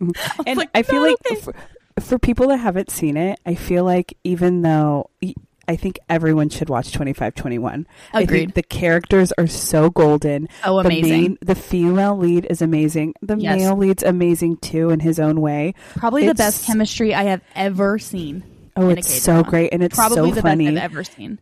A: was
B: and
A: like,
B: I feel
A: "No,
B: like
A: okay."
B: for, for people that haven't seen it, I feel like even though y- I think everyone should watch 2521. I think
A: Agreed.
B: the characters are so golden.
A: Oh,
B: The,
A: amazing.
B: main, the female lead is amazing. The
A: Yes.
B: male lead's amazing too in his own way.
A: Probably the
B: It's-
A: best chemistry I have ever seen.
B: Oh,
A: in a
B: it's
A: K-drama.
B: so great and it's
A: Probably
B: so
A: the
B: funny.
A: best I've ever seen.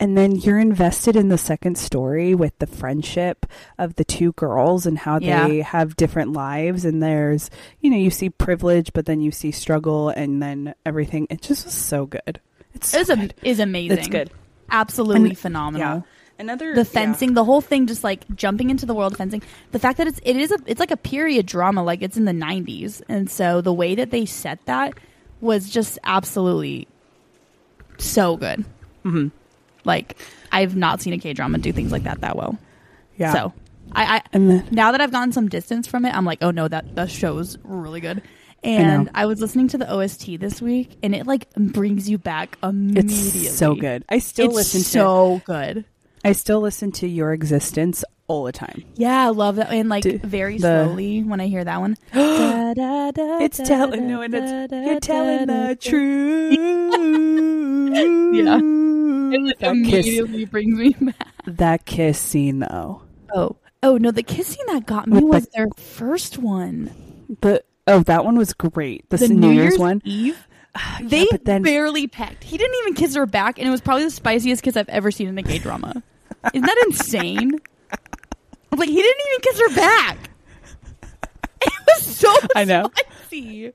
B: And then you're invested in the second story with the friendship of the two girls and how
A: Yeah.
B: they have different lives. And there's, you know, you see privilege, but then you see struggle and then everything. It just was so good. It's so
A: It is, am-
B: good.
A: is amazing.
B: It's good.
A: Absolutely
B: And- Yeah.
A: phenomenal.
B: Another
A: The fencing, the whole thing, just like jumping into the world of fencing. The fact that it's it is a it's like a period drama, like it's in the '90s, and so the way that they set that was just absolutely so good. Mm-hmm. Like I've not seen a K drama do things like that that well.
B: Yeah.
A: So I, I
B: And the-
A: now that I've gotten some distance from it, I'm like, oh no, that that show's really good. And I, was listening to the OST this week, and it like brings you back immediately.
B: It's so good. I still
A: It's
B: listen to
A: so good.
B: I still listen to Your Existence all the time.
A: Yeah, I love that. And like
B: Do-
A: very
B: the-
A: slowly when I hear that one. Da, da, da,
B: It's
A: da,
B: telling
A: da,
B: no, and it's
A: da,
B: you're
A: da,
B: telling
A: da, da.
B: the truth.
A: Yeah. It like
B: that kiss,
A: immediately brings me back.
B: that kiss scene though.
A: Oh. Oh no, the kissing that got me
B: With the-
A: was their first one.
B: But oh, that one was great. The,
A: The
B: New, Year's, one.
A: Eve.
B: Uh, Yeah,
A: They
B: but then
A: barely pecked. He didn't even kiss her back, and it was probably the spiciest kiss I've ever seen in a gay drama. Isn't that insane? Like he didn't even kiss her back. It was so
B: I know.
A: spicy.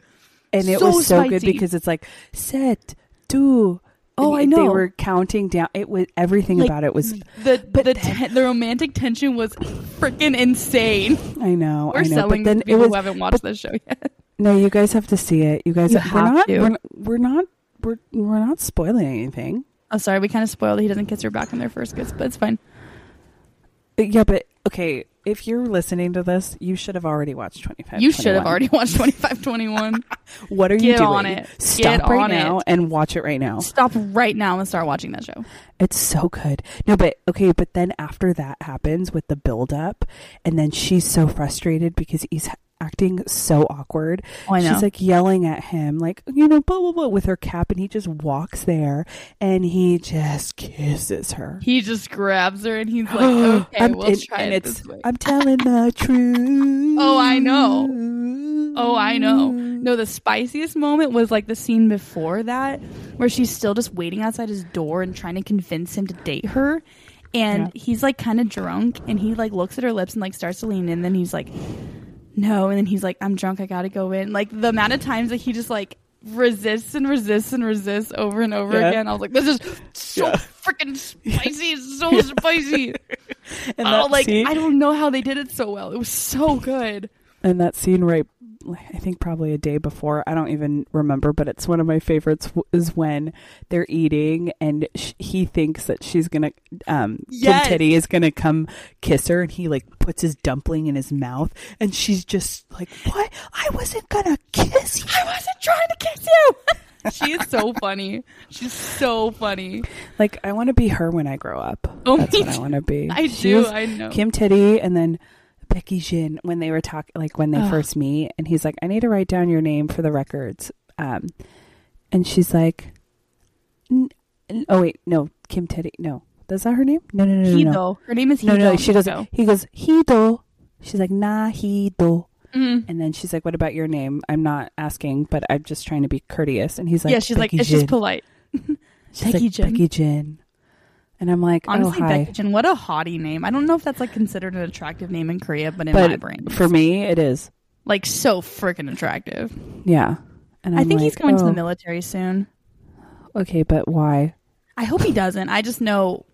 B: and it
A: so
B: was so good
A: spicy.
B: because it's like set, do.
A: Oh, I
B: They
A: know.
B: were counting down. It was everything
A: Like,
B: about it was.
A: The
B: But
A: the,
B: then-
A: ten- the romantic tension was freaking insane.
B: I know.
A: We're
B: I know.
A: selling
B: but then
A: to
B: it
A: people
B: was.
A: who haven't watched this show yet.
B: No, you guys have to see it. You guys
A: You
B: we're
A: have
B: not,
A: to.
B: We're, we're not. We're we're not spoiling anything.
A: I'm sorry, we kind of spoiled. that He doesn't kiss her back on their first kiss, but it's fine.
B: But yeah, but okay. If you're listening to this, you should have already watched 25.
A: You should have
B: 21.
A: already watched 2521.
B: What are you
A: Get
B: doing?
A: on it.
B: Stop
A: Get
B: right
A: on
B: now
A: it.
B: and watch it right now.
A: Stop right now and start watching that show.
B: It's so good. No, but okay, but then after that happens with the build up and then she's so frustrated because he's acting so awkward.
A: Oh, I know.
B: She's like yelling at him like, you know, blah blah blah with her cap and he just walks there and he just kisses her.
A: He just grabs her and he's like, "Okay,
B: I'm-
A: we'll
B: and-
A: try
B: and
A: it
B: it's,
A: this way."
B: I'm telling the truth.
A: Oh, I know. oh, I know.
B: Mm.
A: No, the spiciest moment was like the scene before that, where she's still just waiting outside his door and trying to convince him to date her, and he's like kind of drunk, and he like looks at her lips and like starts to lean in, and then he's like, "No," and then he's like, "I'm drunk, I gotta go in." Like the amount of times that he just like resists and resists and resists over and over
B: Yeah.
A: again, I was like, "This is so
B: Yeah.
A: freaking spicy! It's so spicy!"
B: And
A: oh,
B: that
A: like
B: scene,
A: I don't know how they did it so well. It was so good.
B: and that scene right I think probably a day before, I don't even remember, but it's one of my favorites w- is when they're eating and sh- he thinks that she's going to um
A: Yes.
B: Kim Teddy is going to come kiss her and he like puts his dumpling in his mouth and she's just like, "What? I wasn't going to kiss you."
A: I wasn't trying to kiss you. she is so funny. She's so funny.
B: Like, I want to be her when I grow up.
A: Oh,
B: That's
A: me
B: what I
A: too.
B: want to be.
A: I
B: She
A: do.
B: was-
A: I know.
B: Kim Teddy and then Becky Jin when they were talking, like when they
A: Ugh.
B: first meet, and he's like, "I need to write down your name for the records," um, and she's like, N- n- "Oh wait, no, Kim Teddy, no, that's not her name? No, no, no, no, no,
A: Hido. Her name is Hido.
B: no, no, she doesn't."
A: So-
B: He goes, "Hido," she's like, "Nah, Hido,"
A: Mm.
B: and then she's like, "What about your name? I'm not asking, but I'm just trying to be courteous." And he's like,
A: yeah, she's
B: Becky
A: like, it's
B: Jin.
A: just polite.
B: She's
A: Becky
B: like,
A: Jin.
B: Becky Jin, and I'm like,
A: Honestly,
B: "Oh hi."
A: Becky Jin, what a hottie name. I don't know if that's like considered an attractive name in Korea, but in my
B: but
A: brain,
B: for me, it is.
A: like so freaking attractive.
B: Yeah. And
A: I
B: I'm
A: think he's
B: like,
A: going to
B: oh,
A: the military soon.
B: Okay, but why?
A: I hope he doesn't. I just know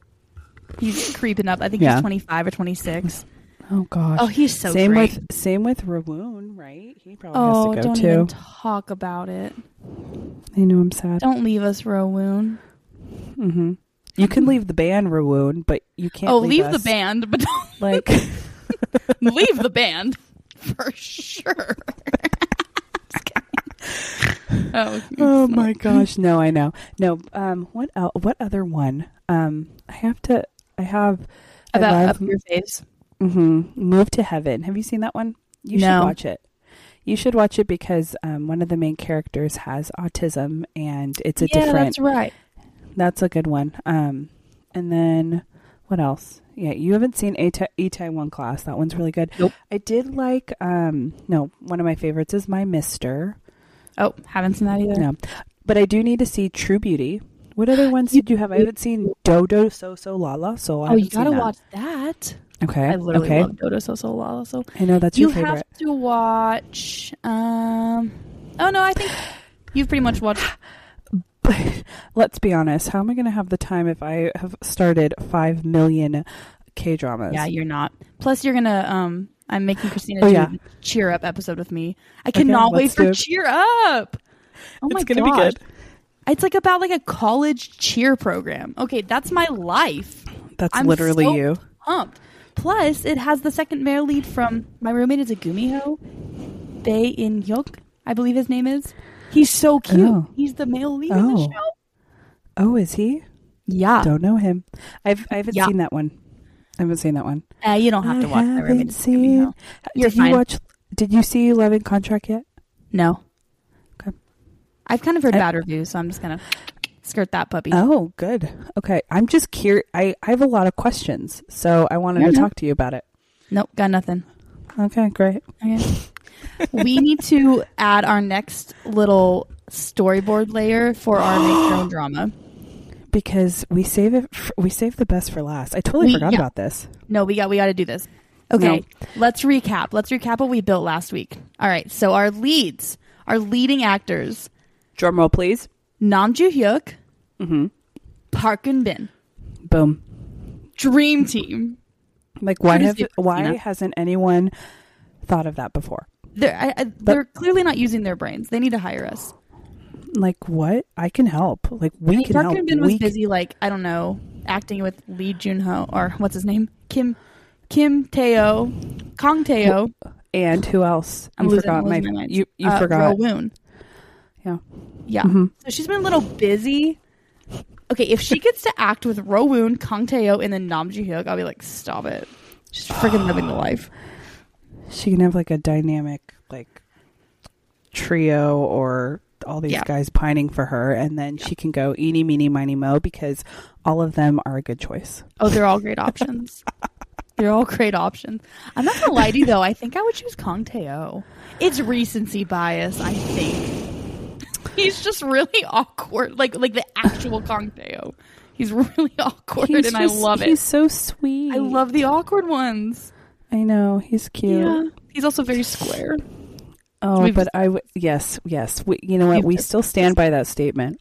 A: he's creeping up. I think
B: Yeah.
A: he's 25 or 26.
B: Oh gosh.
A: Oh, he's so
B: same
A: great.
B: with same with Rawoon, right? He probably
A: oh,
B: has to go
A: don't
B: too.
A: even talk about it.
B: I know I'm sad.
A: Don't leave us, Rowoon.
B: hmm You can leave the band Rawoon, but you can't.
A: Mm-hmm. Oh, leave, the
B: us.
A: band, but don't
B: Like,
A: leave the band for sure. Just kidding. oh,
B: oh my gosh, no, I know, no. Um, what el- What other one? Um, I have to. I have I
A: about
B: love-
A: up your face.
B: Mhm. Move to Heaven. Have you seen that one? You
A: No.
B: should watch it. You should watch it because um, one of the main characters has autism, and it's a
A: yeah,
B: different.
A: that's right.
B: That's a good one. Um, and then what else? Yeah, you haven't seen a Ta- E Taiwan class. That one's really good.
A: Nope.
B: I did like. Um, no, one of my favorites is My Mister.
A: Oh, haven't seen that either.
B: No, but I do need to see True Beauty. What other ones did you have? I haven't seen Dodo So So La La. So I
A: oh, you
B: haven't seen
A: gotta
B: that.
A: watch that.
B: Okay,
A: I literally
B: okay.
A: love Dodo So So La La So.
B: I know that's
A: You
B: your favorite.
A: have to watch. Um, oh no, I think you've pretty much watched.
B: Let's be honest. How am I going to have the time if I have started five million K dramas?
A: Yeah, you're not. Plus, you're gonna. Um, I'm making Christina
B: Oh,
A: do
B: yeah.
A: the cheer up episode with me. I cannot wait
B: let's
A: for
B: do it.
A: cheer up. Oh my
B: it's gonna
A: gosh.
B: be
A: It's like about like a college cheer program. Okay, that's my life.
B: good. That's
A: I'm
B: literally
A: so
B: you.
A: Pumped. Plus, it has the second male lead from my roommate is a Gumiho, Bae In Hyuk. I believe his name is. He's so cute.
B: Oh.
A: He's the male lead in the
B: Oh.
A: show.
B: Oh, is he?
A: Yeah.
B: Don't know him. Uh, I've I haven't
A: Yeah.
B: seen that one. I haven't seen that one.
A: Uh, you don't have to watch
B: I
A: the
B: haven't
A: room. It's coming
B: seen.
A: out. You're
B: did
A: fine.
B: you watch? Did you see Love and Contract yet?
A: No.
B: Okay.
A: I've kind of heard
B: I-
A: bad reviews, so I'm just gonna skirt that puppy.
B: Oh, good. Okay, I'm just curious. I I have a lot of questions, so I wanted
A: Fair
B: to
A: enough.
B: talk to you about it.
A: nope, got nothing.
B: Okay, great.
A: Okay. we need to add our next little storyboard layer for our make your own drama.
B: Because we save it. For, we save the best for last. I totally
A: We-
B: forgot
A: yeah.
B: about this.
A: No, we got we got to do this. Okay, let's recap. Let's recap what we built last week. All right, so our leads, our leading actors,
B: Drum roll, please. Mm-hmm.
A: Nam Joo Hyuk, Park Eun Bin,
B: Boom.
A: Dream Team.
B: Like why
A: Should have
B: have
A: saved
B: why
A: Christina.
B: hasn't anyone thought of that before?
A: They're I, I, they're clearly not using their brains. They need to hire us.
B: Like what? I can help. Like we can
A: Park
B: help.
A: Eun Bin was
B: We can-
A: busy, like I don't know, acting with Lee Jun Ho or what's his name, Kim Kim Tae-ho, Kong Tae-ho.
B: And who else?
A: I'm
B: you
A: losing,
B: forgot
A: I'm losing
B: my,
A: my mind.
B: you you
A: Uh,
B: forgot.
A: Ro Woon.
B: Yeah.
A: Yeah.
B: Mm-hmm.
A: So she's been a little busy. Okay, if she gets to act with Ro Woon, Kang Tae-ho, and then Nam Ji Hyuk, I'll be like, stop it. She's freaking living the life.
B: She can have like a dynamic like trio or all these
A: Yeah.
B: guys pining for her and then she can go eeny meeny miny mo because all of them are a good choice.
A: Oh, they're all great options. They're all great options. I'm not gonna lie to you though. I think I would choose Kang Tae-ho. It's recency bias, I think. He's just really awkward, like like the actual Kang Tae-ho. He's really awkward,
B: He's
A: and I
B: just-
A: love it.
B: He's so sweet.
A: I love the awkward ones.
B: I know, he's cute.
A: Yeah, he's also very square.
B: Oh,
A: We've
B: but
A: just-
B: I w- yes, yes. We, you know what?
A: We've
B: We
A: just-
B: still stand by that statement.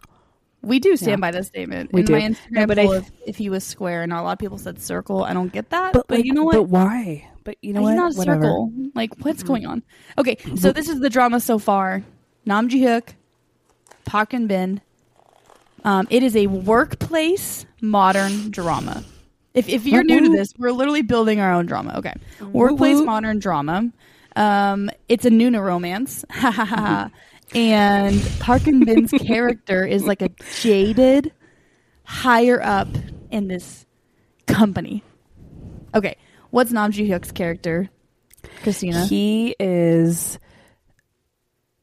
A: We do stand
B: Yeah.
A: by that statement.
B: We
A: In
B: do.
A: my Instagram
B: No, but I-
A: poll, if, if he was square, and a lot of people said circle, I don't get that. But,
B: But like,
A: you know what?
B: But why? But you know
A: He's
B: what?
A: not a
B: Whatever.
A: circle. Like, what's going on? Okay, so this is the drama so far. Nam Ji Hyuk, Park and Bin. Um, it is a workplace modern drama. If, if you're new to
B: Woo-woo.
A: this, we're literally building our own drama. Okay, workplace modern drama. Um, it's a Nuna romance,
B: Mm-hmm.
A: and Park and Bin's character is like a jaded higher up in this company. Okay, what's Nam Ji Hyuk's character, Christina?
B: He is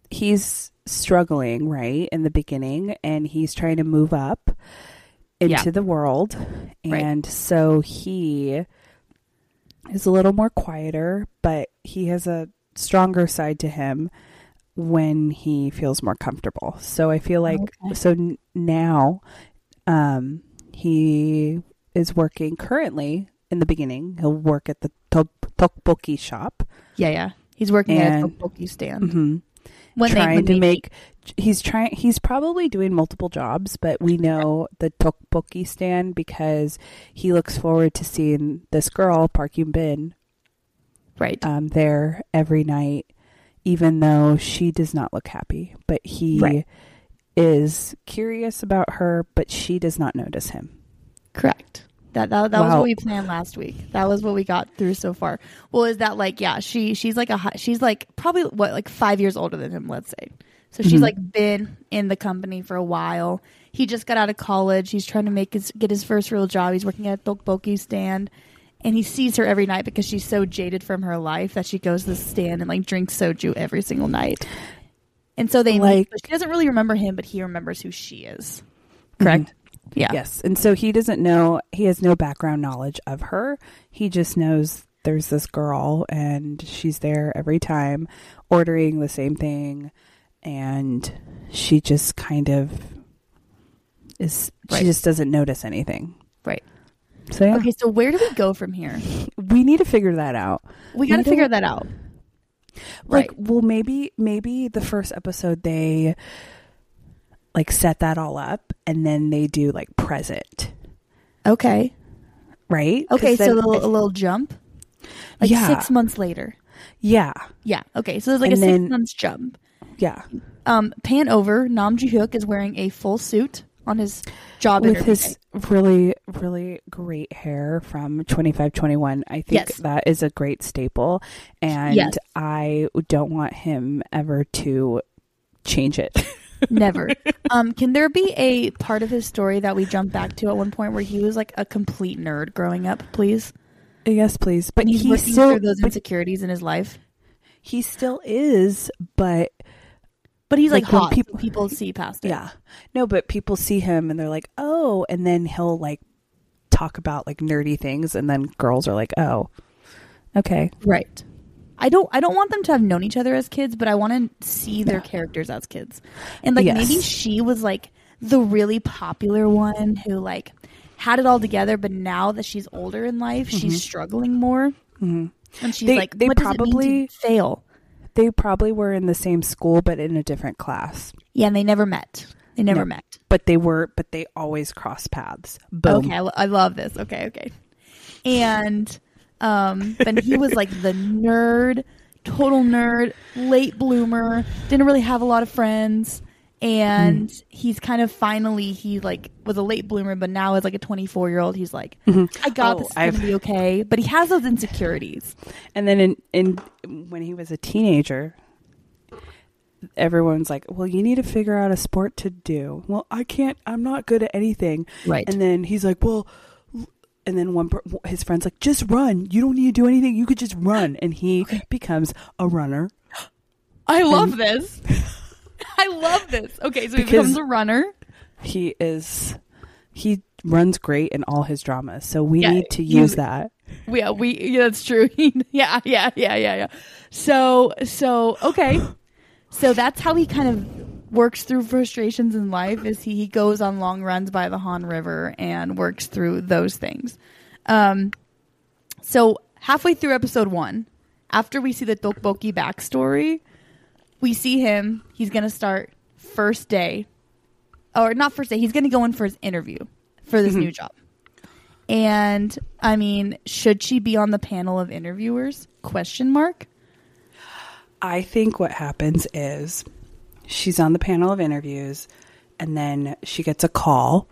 B: he's struggling, right, in the beginning and he's trying to move up into
A: Yeah.
B: the world.
A: Right.
B: And so he is a little more quieter, but he has a stronger side to him when he feels more comfortable. So I feel like
A: Okay.
B: so n- now um he is working currently in the beginning. He'll work at the to- tteokbokki shop.
A: yeah, yeah. He's working at a
B: And-
A: tteokbokki stand.
B: Mm-hmm.
A: When they-
B: trying
A: when
B: to
A: they
B: make, he's trying. He's probably doing multiple jobs, but we know the tteokbokki stand because he looks forward to seeing this girl Park Yoon Bin
A: right,
B: um, there every night, even though she does not look happy. But he
A: Right.
B: is curious about her, but she does not notice him.
A: correct. That that, that was
B: Wow.
A: what we planned last week. That was what we got through so far. Well, is that like yeah? She she's like a hi- she's like probably what like five years older than him. Let's say. So she's
B: Mm-hmm.
A: like been in the company for a while. He just got out of college. He's trying to make his get his first real job. He's working at a tteokbokki stand. And he sees her every night because she's so jaded from her life that she goes to the stand and like drinks soju every single night. And so they like
B: Like-
A: she doesn't really remember him, but he remembers who she is.
B: Mm-hmm.
A: Correct? Yeah.
B: Yes, and so he doesn't know. He has no background knowledge of her. He just knows there's this girl, and she's there every time, ordering the same thing, and she just kind of is.
A: Right.
B: She just doesn't notice anything.
A: Right.
B: So yeah,
A: Okay, so where do we go from here?
B: we need to figure that out.
A: We got to
B: don't-
A: figure that out.
B: Like,
A: Right.
B: well, maybe maybe the first episode they like set that all up, and then they do like present,
A: Okay.
B: right? 'Cause
A: Okay, so a
B: then-
A: little, a little jump. Like
B: Yeah.
A: 6 months later.
B: yeah,
A: Yeah. Okay, so there's like
B: And
A: a 6
B: then-
A: months jump.
B: yeah.
A: Um pan over, Nam Ji Hyuk is wearing a full suit on his job
B: with
A: interview
B: his
A: day.
B: really really great hair from 2521 i think
A: Yes.
B: that is a great staple and
A: Yes.
B: i don't want him ever to change it.
A: Never. um, can there be a part of his story that we jump back to at one point where he was like a complete nerd growing up, please?
B: yes, please. But
A: And he's
B: he
A: working
B: still
A: through those
B: but
A: insecurities in his life.
B: he still is, but
A: But he's like,
B: Like, when
A: hot. so People,
B: people-
A: see past it.
B: yeah. No, but people see him and they're like, "Oh," and then he'll like talk about like nerdy things and then girls are like, "Oh." Okay.
A: Right. I don't I don't want them to have known each other as kids, but I want to see their characters as kids. And like
B: Yes.
A: maybe she was like the really popular one who like had it all together, but now that she's older in life, she's struggling more. Mm-hmm. And she's
B: They-
A: like,
B: they
A: what does it mean
B: probably-
A: to fail?
B: They probably were in the same school but in a different class.
A: Yeah, and they never met. They never
B: No.
A: met.
B: But they were but they always crossed paths. Boom.
A: Okay, I, lo- I love this. Okay, okay. And um, then he was like the nerd, total nerd, late bloomer, didn't really have a lot of friends. And he's kind of finally he like was a late bloomer, but now as like a twenty four year old, he's like, Mm-hmm. I got
B: Oh,
A: this, it's gonna
B: I've-
A: be okay. But he has those insecurities.
B: And then in, in when he was a teenager, everyone's like, "Well, you need to figure out a sport to do." Well, I can't. I'm not good at anything.
A: Right.
B: And then he's like, "Well," and then one per- his friend's like, "Just run. You don't need to do anything. You could just run." And he becomes a runner.
A: I love this. I love this. Okay, so he
B: Because-
A: becomes a runner.
B: He is. He runs great in all his dramas. So we
A: Yeah,
B: need to
A: you-
B: use that.
A: Yeah, we. Yeah, that's true. yeah, yeah, yeah, yeah, yeah. So, so okay. So that's how he kind of works through frustrations in life. Is he, he goes on long runs by the Han River and works through those things. Um, so halfway through episode one, after we see the Tokboki backstory, we see him. He's gonna start first day, or not first day. He's gonna go in for his interview for this new job. And I mean, should she be on the panel of interviewers? Question mark.
B: I think what happens is she's on the panel of interviews and then she gets a call.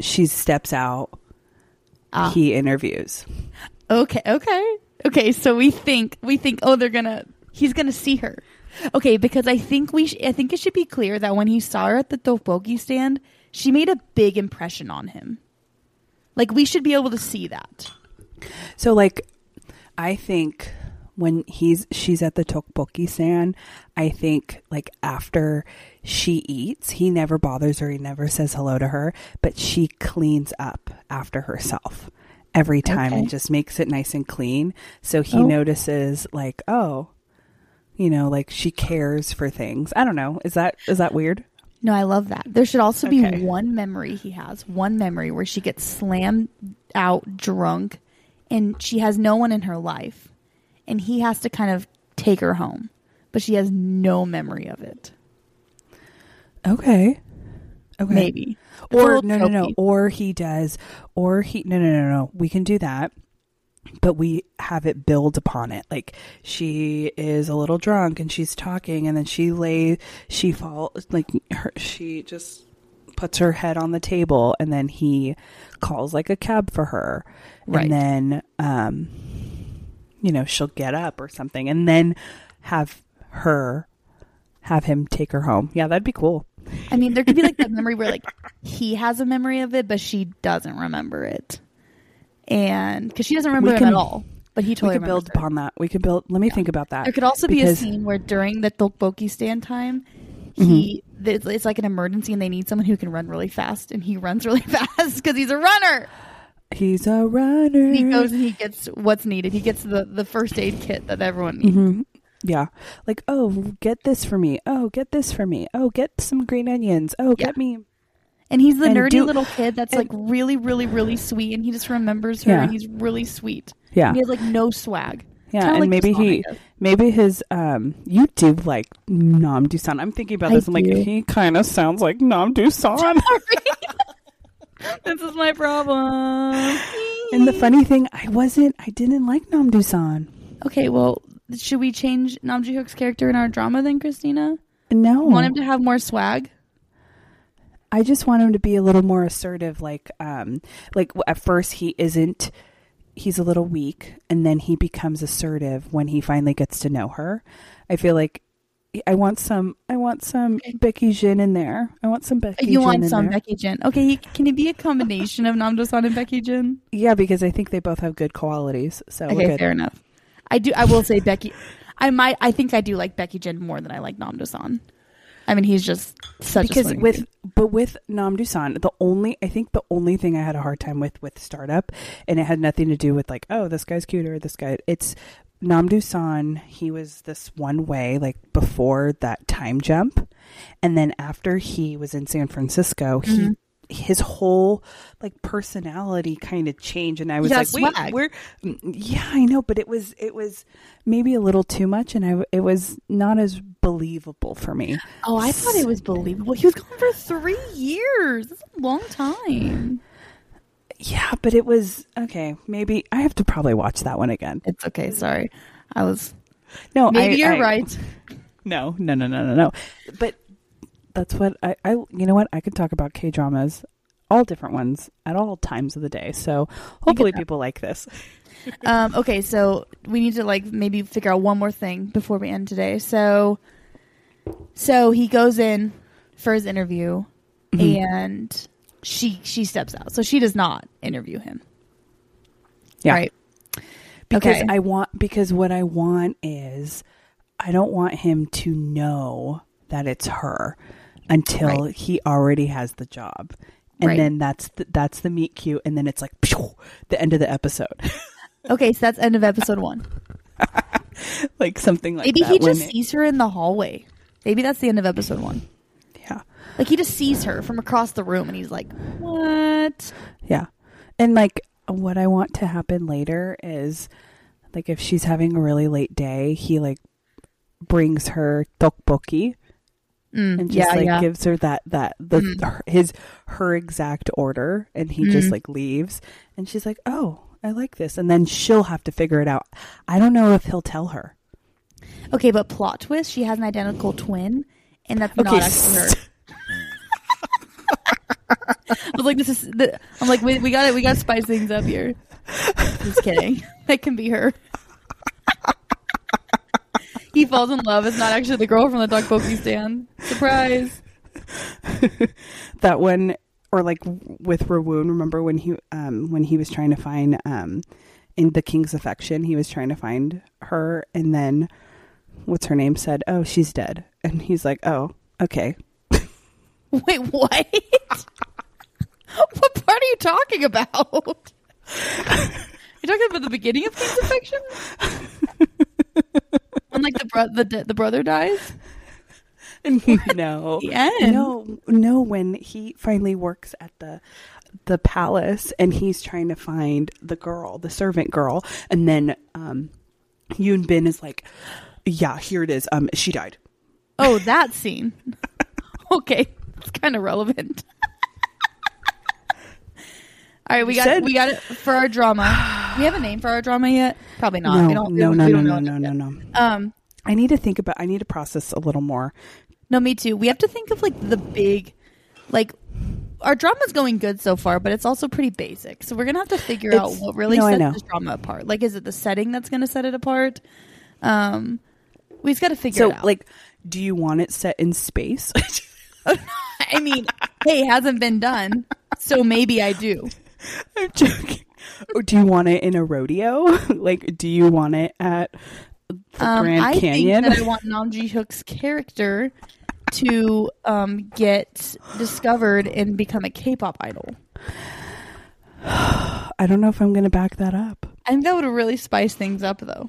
B: She steps out. He interviews.
A: Okay, okay. Okay, so we think we think oh they're going to he's going to see her. Okay, because I think we sh- I think it should be clear that when he saw her at the tteokbokki stand, she made a big impression on him. Like we should be able to see that.
B: So like I think when he's she's at the tteokbokki stand, I think like after she eats, he never bothers her, he never says hello to her, but she cleans up after herself every time
A: Okay.
B: and just makes it nice and clean. So he
A: Oh.
B: notices like, oh, you know, like she cares for things. I don't know. Is that is that weird?
A: No, I love that. There should also
B: Okay.
A: be one memory he has, one memory where she gets slammed out drunk and she has no one in her life and he has to kind of take her home, but she has no memory of it.
B: Okay. Okay.
A: Maybe. It's a
B: or
A: little
B: no no no
A: tropey.
B: or he does or he no no no no we can do that but we have it build upon it like she is a little drunk and she's talking and then she lay she fall like her, she just puts her head on the table and then he calls like a cab for her
A: Right.
B: and then um you know she'll get up or something and then have her have him take her home yeah that'd be cool
A: I mean, there could be like that memory where like he has a memory of it, but she doesn't remember it. And because she doesn't remember
B: We
A: him
B: can-
A: at all, but he totally
B: we could
A: remembers
B: build
A: her.
B: upon that. We could build. Let me think about that.
A: There could also be a
B: Because-
A: scene where during the tteokbokki stand time, he
B: Mm-hmm.
A: th- it's like an emergency and they need someone who can run really fast, and he runs really fast because he's a runner.
B: He's a runner.
A: He goes and he gets what's needed. He gets the the first aid kit that everyone needs.
B: Mm-hmm. Yeah, like oh, get this for me. Oh, get this for me. Oh, get some green onions. Oh,
A: Yeah.
B: get me.
A: And he's the
B: Mm-hmm. And
A: nerdy
B: do-
A: little kid that's like really, really, really sweet, and he just remembers her,
B: Yeah.
A: and he's really sweet.
B: Yeah.
A: And he has like no swag.
B: Yeah,
A: Kinda
B: and
A: like
B: maybe
A: Jason, I
B: he,
A: guess.
B: maybe his, um, you do like Nam Dusan. I'm thinking about
A: I
B: this. I'm like,
A: do.
B: he kind of sounds like Nam Dusan.
A: this is my problem.
B: and the funny thing, I wasn't, I didn't like Nam Dusan.
A: Okay, well, should we change Namji Hook's character in our drama then, Christina?
B: No,
A: Want him to have more swag?
B: I just want him to be a little more assertive. Like, um, like w- at first he isn't. He's a little weak, and then he becomes assertive when he finally gets to know her. I feel like I want some. I want some Becky Gin in there. I want some Becky.
A: You
B: Gin
A: want
B: in
A: some
B: there.
A: Becky Gin? Okay, he- can it be a combination of Nam Do San and Becky Gin?
B: Yeah, because I think they both have good qualities. So we're
A: Okay,
B: good.
A: fair enough. I do. I will say Becky. I might. I think I do like Becky Jin more than I like Nam Dosan. I mean, he's just such a
B: because
A: swinging
B: with
A: dude.
B: but with Nam Dusan, the only I think the only thing I had a hard time with with startup, and it had nothing to do with like oh this guy's cuter this guy it's Nam Dusan he was this one way like before that time jump, and then after he was in San Francisco he.
A: Mm-hmm.
B: His whole like personality kind of changed, and I was
A: got
B: like,
A: swag.
B: "Wait, we're Mm, yeah, I know, but it was it was maybe a little too much, and I w- it was not as believable for me."
A: Oh, I thought it was believable. He was gone for three years. That's a long time.
B: Yeah, but it was okay. Maybe I have to probably watch that one again.
A: It's okay. Sorry, I was.
B: No,
A: Maybe
B: I-
A: you're
B: I-
A: right.
B: No, no, no, no, no, no. But that's what I, I. You know what? I could talk about K dramas, all different ones at all times of the day. So hopefully,
A: that.
B: people like this.
A: Um, okay, so we need to like maybe figure out one more thing before we end today. So, so he goes in for his interview, Mm-hmm.
B: Mm-hmm.
A: and she she steps out. So she does not interview him.
B: Yeah.
A: Right.
B: because
A: Okay.
B: I want because what I want is I don't want him to know that it's her until
A: Right.
B: he already has the job. And
A: Right.
B: then that's the, that's the meet cute, and then it's like phew, the end of the episode,
A: Okay, so that's end of episode one.
B: like something like
A: Maybe
B: that.
A: he
B: when
A: just
B: it-
A: sees her in the hallway. Maybe that's the end of episode one.
B: yeah,
A: Like he just sees her from across the room, and he's like, "What?"
B: yeah, and like what I want to happen later is like if she's having a really late day, he like brings her tteokbokki,
A: Mm,
B: and just
A: yeah,
B: like
A: yeah. Mm-hmm.
B: gives her that that the her- his her exact order and he just like leaves and she's like oh i like this and then she'll have to figure it out i don't know if he'll tell her
A: okay, but plot twist: she has an identical twin, and that's
B: okay
A: not actually her. I was like, this is. The, I'm like, we, we got it. We got to spice things up here. Just kidding. That can be her. he falls in love. It's not actually the girl from the dog pokey stand. Surprise.
B: that one or like w- with Rawoon, remember when he um when he was trying to find um in the king's affection he was trying to find her and then what's her name said oh she's dead and he's like oh okay
A: Wait, what? what part are you talking about? You're talking about the beginning of King's Affection? when like the bro- the de- the brother dies?
B: no.
A: The end.
B: No, no. When he finally works at the the palace and he's trying to find the girl, the servant girl, and then um, Yoon Bin is like, "Yeah, here it is. Um, she died."
A: Oh, that scene. Okay, it's kind of relevant. All right, we
B: You
A: got
B: said-
A: we got it for our drama. We have a name for our drama yet? Probably not.
B: no,
A: we don't, we
B: no,
A: don't-
B: no,
A: we
B: no,
A: don't
B: no,
A: know
B: no, no, no.
A: no. Um,
B: I need to think about. I need to process a little more.
A: no, me too. We have to think of like the big, like our drama's going good so far, but it's also pretty basic. So we're gonna have to figure out
B: It's-
A: what really
B: no, I know.
A: sets this drama apart. Like, is it the setting that's gonna set it apart? Um, we just got to figure
B: So,
A: it out.
B: like, do you want it set in space?
A: I mean, hey, it hasn't been done, so maybe I do.
B: I'm joking. Or do you want it in a rodeo? like, do you want it at the Grand
A: Um, I
B: Canyon?
A: think that I want Nam Ji Hook's character to um, get discovered and become a K-pop idol.
B: I don't know if I'm going to back that up.
A: I think that would really spice things up, though.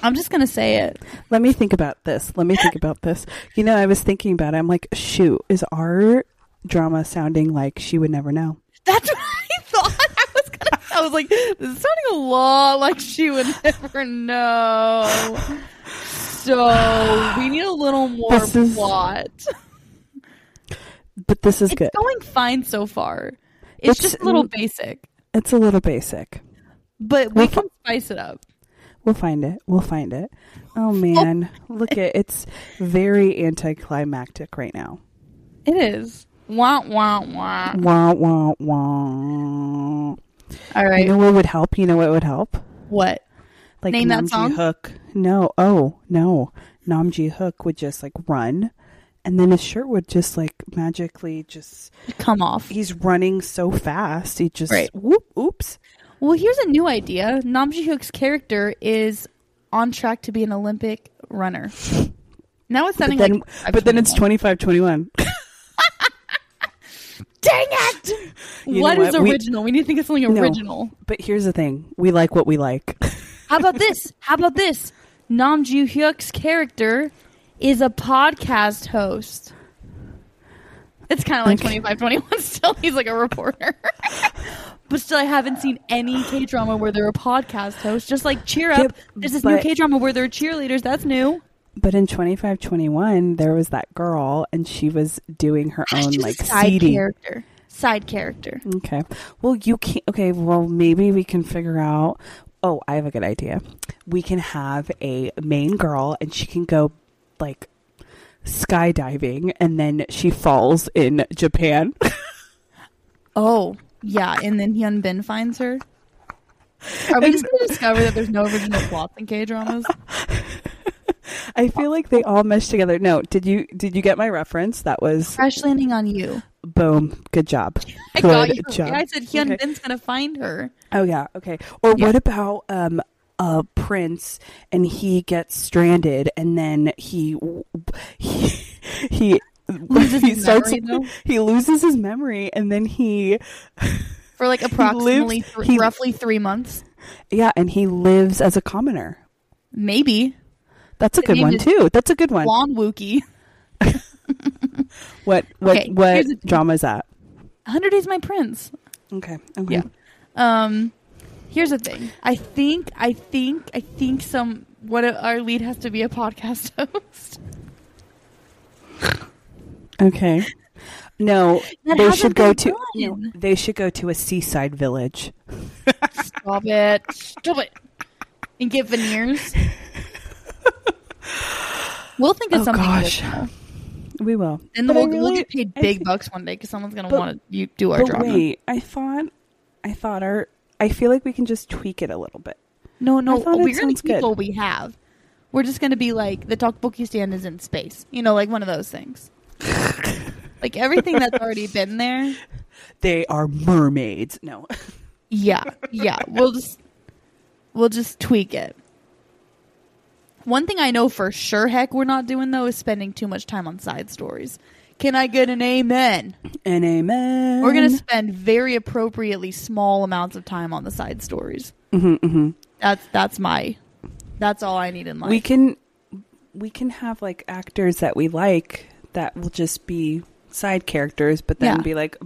A: I'm just gonna say it.
B: Let me think about this. Let me think about this. You know, I was thinking about it. I'm like, shoot, is our drama sounding like she would never know?
A: That's what I thought. I was gonna. I was like, this is sounding a lot like she would never know. So we need a little more
B: This is-
A: plot.
B: But this is
A: It's
B: good.
A: going fine so far. It's,
B: It's-
A: just a little basic,
B: it's a little basic.
A: but we
B: We'll fi-
A: can spice it up.
B: We'll find it. We'll find it. Oh man, look at it's very anticlimactic right now.
A: It is. Wah wah wah.
B: Wah wah wah.
A: All
B: You
A: right.
B: know what would help? You know what would help?
A: What?
B: Like
A: Name that
B: Nam
A: song?
B: Hook. No, oh no, Namji Hook would just like run, and then his shirt would just like magically just.
A: Come off.
B: He's running so fast, he just
C: Right.
B: whoop, oops.
A: Well, here's a new idea. Namji Hook's character is on track to be an Olympic runner. Now it's
B: But
A: sounding
B: then,
A: like I've
B: but then
A: seen
B: it's
A: that.
B: 25-21.
A: Dang it!
B: You
A: What
B: know
A: is
B: what? We-
A: original? We, need to think of something
B: No.
A: original.
B: But here's the thing: we like what we like.
A: How about this? How about this? Nam Joo Hyuk's character is a podcast host. It's kind of like
B: Okay.
A: 25, 21 still. He's like a reporter. but still, I haven't seen any K drama where they're a podcast host. Just like Cheer Up.
B: Yep,
A: There's this new
B: but-
A: K drama where they're cheerleaders. That's new.
B: But in 25-21, there was that girl, and she was doing her own
A: She's a
B: like
A: side
B: seeding.
A: character. Side character.
B: Okay. Well, you can't. Okay. Well, maybe we can figure out. Oh, I have a good idea. We can have a main girl, and she can go like skydiving, and then she falls in Japan.
A: Oh, yeah. And then Hyun Bin finds her. Are we just going to discover that there's no original plots in K dramas?
B: I feel like they all mesh together. No, did you did you get my reference? That was
A: Fresh landing on you.
B: boom. Good job.
A: I got
B: Good
A: you.
B: job.
A: I said Hyun
B: Okay.
A: Bin's gonna find her.
B: Oh yeah, okay. Or
A: Yeah.
B: what about um a prince and he gets stranded and then he he he
A: Loses
B: he
A: his
B: starts
A: memory, though?
B: he loses his memory and then he
A: For like approximately
B: lives-
A: thr-
B: he-
A: roughly three months.
B: yeah and he lives as a commoner.
A: Maybe.
B: That's a good
A: name
B: one
A: is
B: too. That's a good one.
A: Won Wookie.
B: What what
A: Okay,
B: what
A: here's the thing.
B: drama is that?
A: Hundred Days My Prince.
B: Okay. okay.
A: Yeah. Um here's the thing. I think I think I think some what our lead has to be a podcast host.
B: Okay. No,
A: That
B: they
A: hasn't
B: should go
A: been
B: to
A: done.
B: no, they should go to a seaside village.
A: Stop it. Stop it. And get veneers. We'll think of
B: Oh,
A: something.
B: gosh.
A: original.
B: We will.
A: And then
B: But I
A: we'll, we'll
B: really-
A: get paid
B: I
A: big
B: think-
A: bucks one day because someone's going to
B: But-
A: want to do our
B: But
A: drama.
B: wait, I thought, I thought our, I feel like we can just tweak it a little bit.
A: No, no,
B: I thought it
A: we're gonna
B: sounds
A: keep
B: good.
A: what we have. We're just gonna be like the tteokbokki stand is in space, you know, like one of those things. like everything that's already been there.
B: They are mermaids. No,
A: Yeah, yeah. We'll just we'll just tweak it. One thing I know for sure, heck, we're not doing though is spending too much time on side stories. Can I get an amen?
B: an amen.
A: We're gonna spend very appropriately small amounts of time on the side stories.
B: Mhm, mhm.
A: That's that's my that's all I need in life.
B: We can, we can have like actors that we like that will just be side characters, but then
A: Yeah.
B: be like,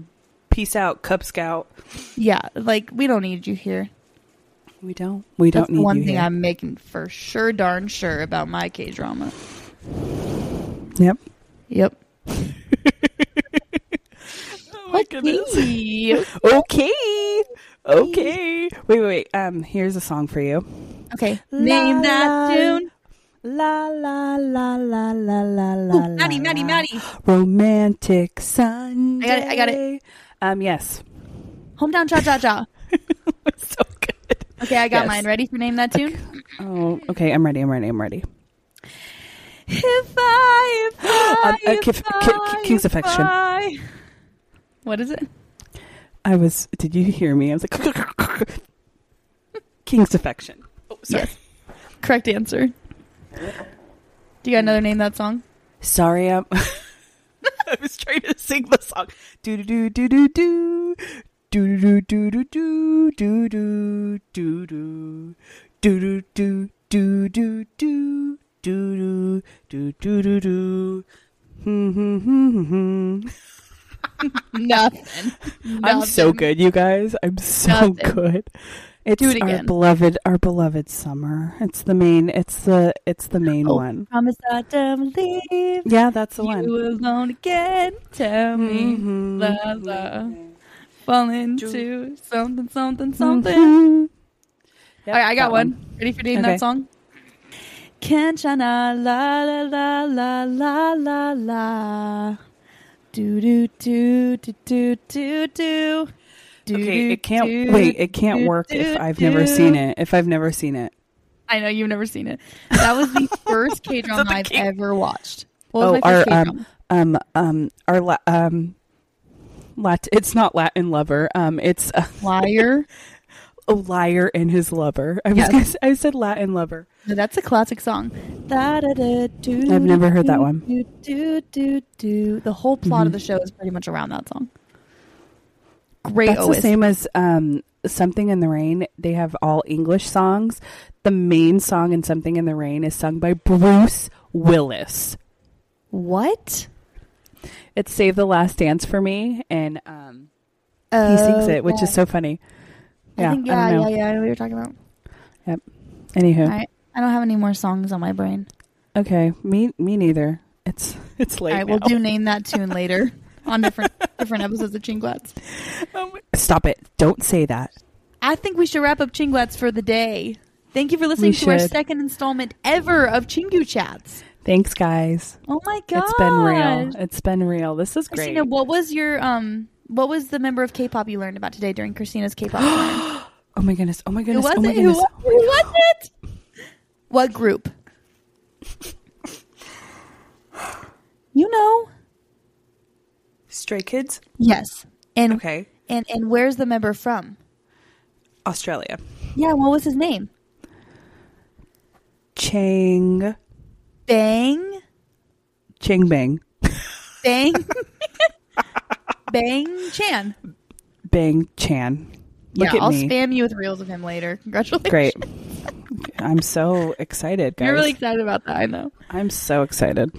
B: peace out, Cub Scout.
A: yeah, like we don't need you here.
B: We don't. We
A: That's
B: don't need
A: the one
B: you
A: thing
B: here.
A: I'm making for sure, darn sure about my K drama.
B: Yep.
A: Yep.
B: Oh
A: okay.
B: Okay. Okay. Wait, wait, wait. Um, here's a song for you.
A: Okay. Name that tune.
B: La la la la la la la.
A: Ooh, Maddie,
B: la,
A: Maddie,
B: la.
A: Maddie.
B: Romantic Sunday.
A: I got it.
B: Um, yes.
A: Hometown Cha Cha Cha.
B: so good.
A: Okay, I got
B: Yes.
A: mine. Ready for name that tune?
B: Oh, okay. I'm ready. I'm ready. I'm ready.
A: If I, if I,
B: Um, uh,
A: if
B: Kif- Ki-
A: I,
B: Ki- King's
A: if
B: Affection.
A: I- What is it?
B: I was. Did you hear me? I was like, King's affection. Oh, sorry.
A: Yes. Correct answer. Do you got another name that song?
B: Sorry, I'm. I was trying to sing the song. Do do do do do do do do do do do do do do do do do do do do do do do do do do. Hmm.
A: Nothing.
B: I'm so
A: Nothing.
B: good, you guys. I'm so
A: Nothing.
B: good. It's
A: Do it
B: our
A: again.
B: beloved, our beloved summer. It's the main. It's the. It's the main
A: Oh.
B: one.
A: Promise I don't leave
B: Yeah, that's the one.
A: you alone again. Tell me.
B: Mhm.
A: la, la. Fall into something, something, something.
B: Mhm. Yep,
A: All right, I got
B: that
A: one. Ready for doing
B: Okay.
A: that song? Can't you na la la la la la la la. Do do do do do do do. Do,
B: Okay,
A: do,
B: it can't
A: do,
B: wait. It can't
A: do,
B: work
A: do,
B: if I've
A: do.
B: never seen it. If I've never seen it,
A: I know you've never seen it. That was the first K drama I've ever watched. What
B: oh,
A: was my
B: our
A: first K drama?
B: um, um um our la- um lat it's not Latin lover. Um it's uh,
A: Liar.
B: a liar and his lover. I was
A: Yes.
B: gonna say- I said Latin lover.
A: No, That's a classic song.
B: I've
A: I've
B: never heard that one. Mm-hmm.
A: The whole plot of the show is pretty much around that song. Great
B: That's the
A: OS.
B: same as um Something in the Rain. They have all English songs. The main song in Something in the Rain is sung by Bruce Willis.
A: What?
B: It's Save the Last Dance for Me and um he sings it, which is so funny.
A: Oh, I
B: Yeah,
A: think, yeah,
B: I don't know.
A: yeah, yeah. I know what you're talking about.
B: Anywho.
A: I, I don't have any more songs on my brain.
B: Okay, me me neither. It's it's late
A: All right,
B: now.
A: we'll do name that tune later on different different episodes of Chinglats.
B: Stop it! Don't say that.
A: I think we should wrap up Chinglats for the day. Thank you for listening
B: We
A: to our
B: should.
A: second installment ever of Chingu Chats.
B: Thanks, guys.
A: Oh my god,
B: It's been real. It's been real. This is great.
A: Christina, what was your um? What was the member of K-pop you learned about today during Christina's K-pop? learn?
B: oh my goodness! Oh my
A: Who
B: goodness!
A: was
B: oh my
A: it? Who
B: goodness!
A: was, who was it? What group? You know.
B: Stray Kids.
A: Yes. And
B: Okay,
A: and and where's the member from?
B: Australia.
A: Yeah, what was his name?
B: Chang
A: Bang,
B: Chang Bang
A: bang, bang, Chan.
B: Bang Chan. Look
A: yeah,
B: at
A: I'll
B: me.
A: spam you with reels of him later. Congratulations.
B: Great. I'm so excited, guys.
A: You're really excited about that, I know.
B: I'm so excited.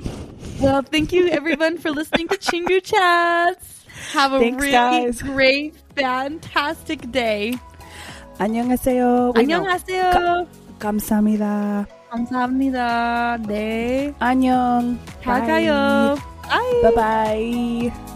A: Well, thank you everyone for listening to Chingu Chats. Have a
B: Thanks,
A: really
B: guys.
A: great, fantastic day.
B: 안녕하세요. Wait, no.
A: 안녕하세요.
B: 감사합니다.
A: 감사합니다. 네.
B: 안녕.
A: 잘 가요.
B: Bye bye.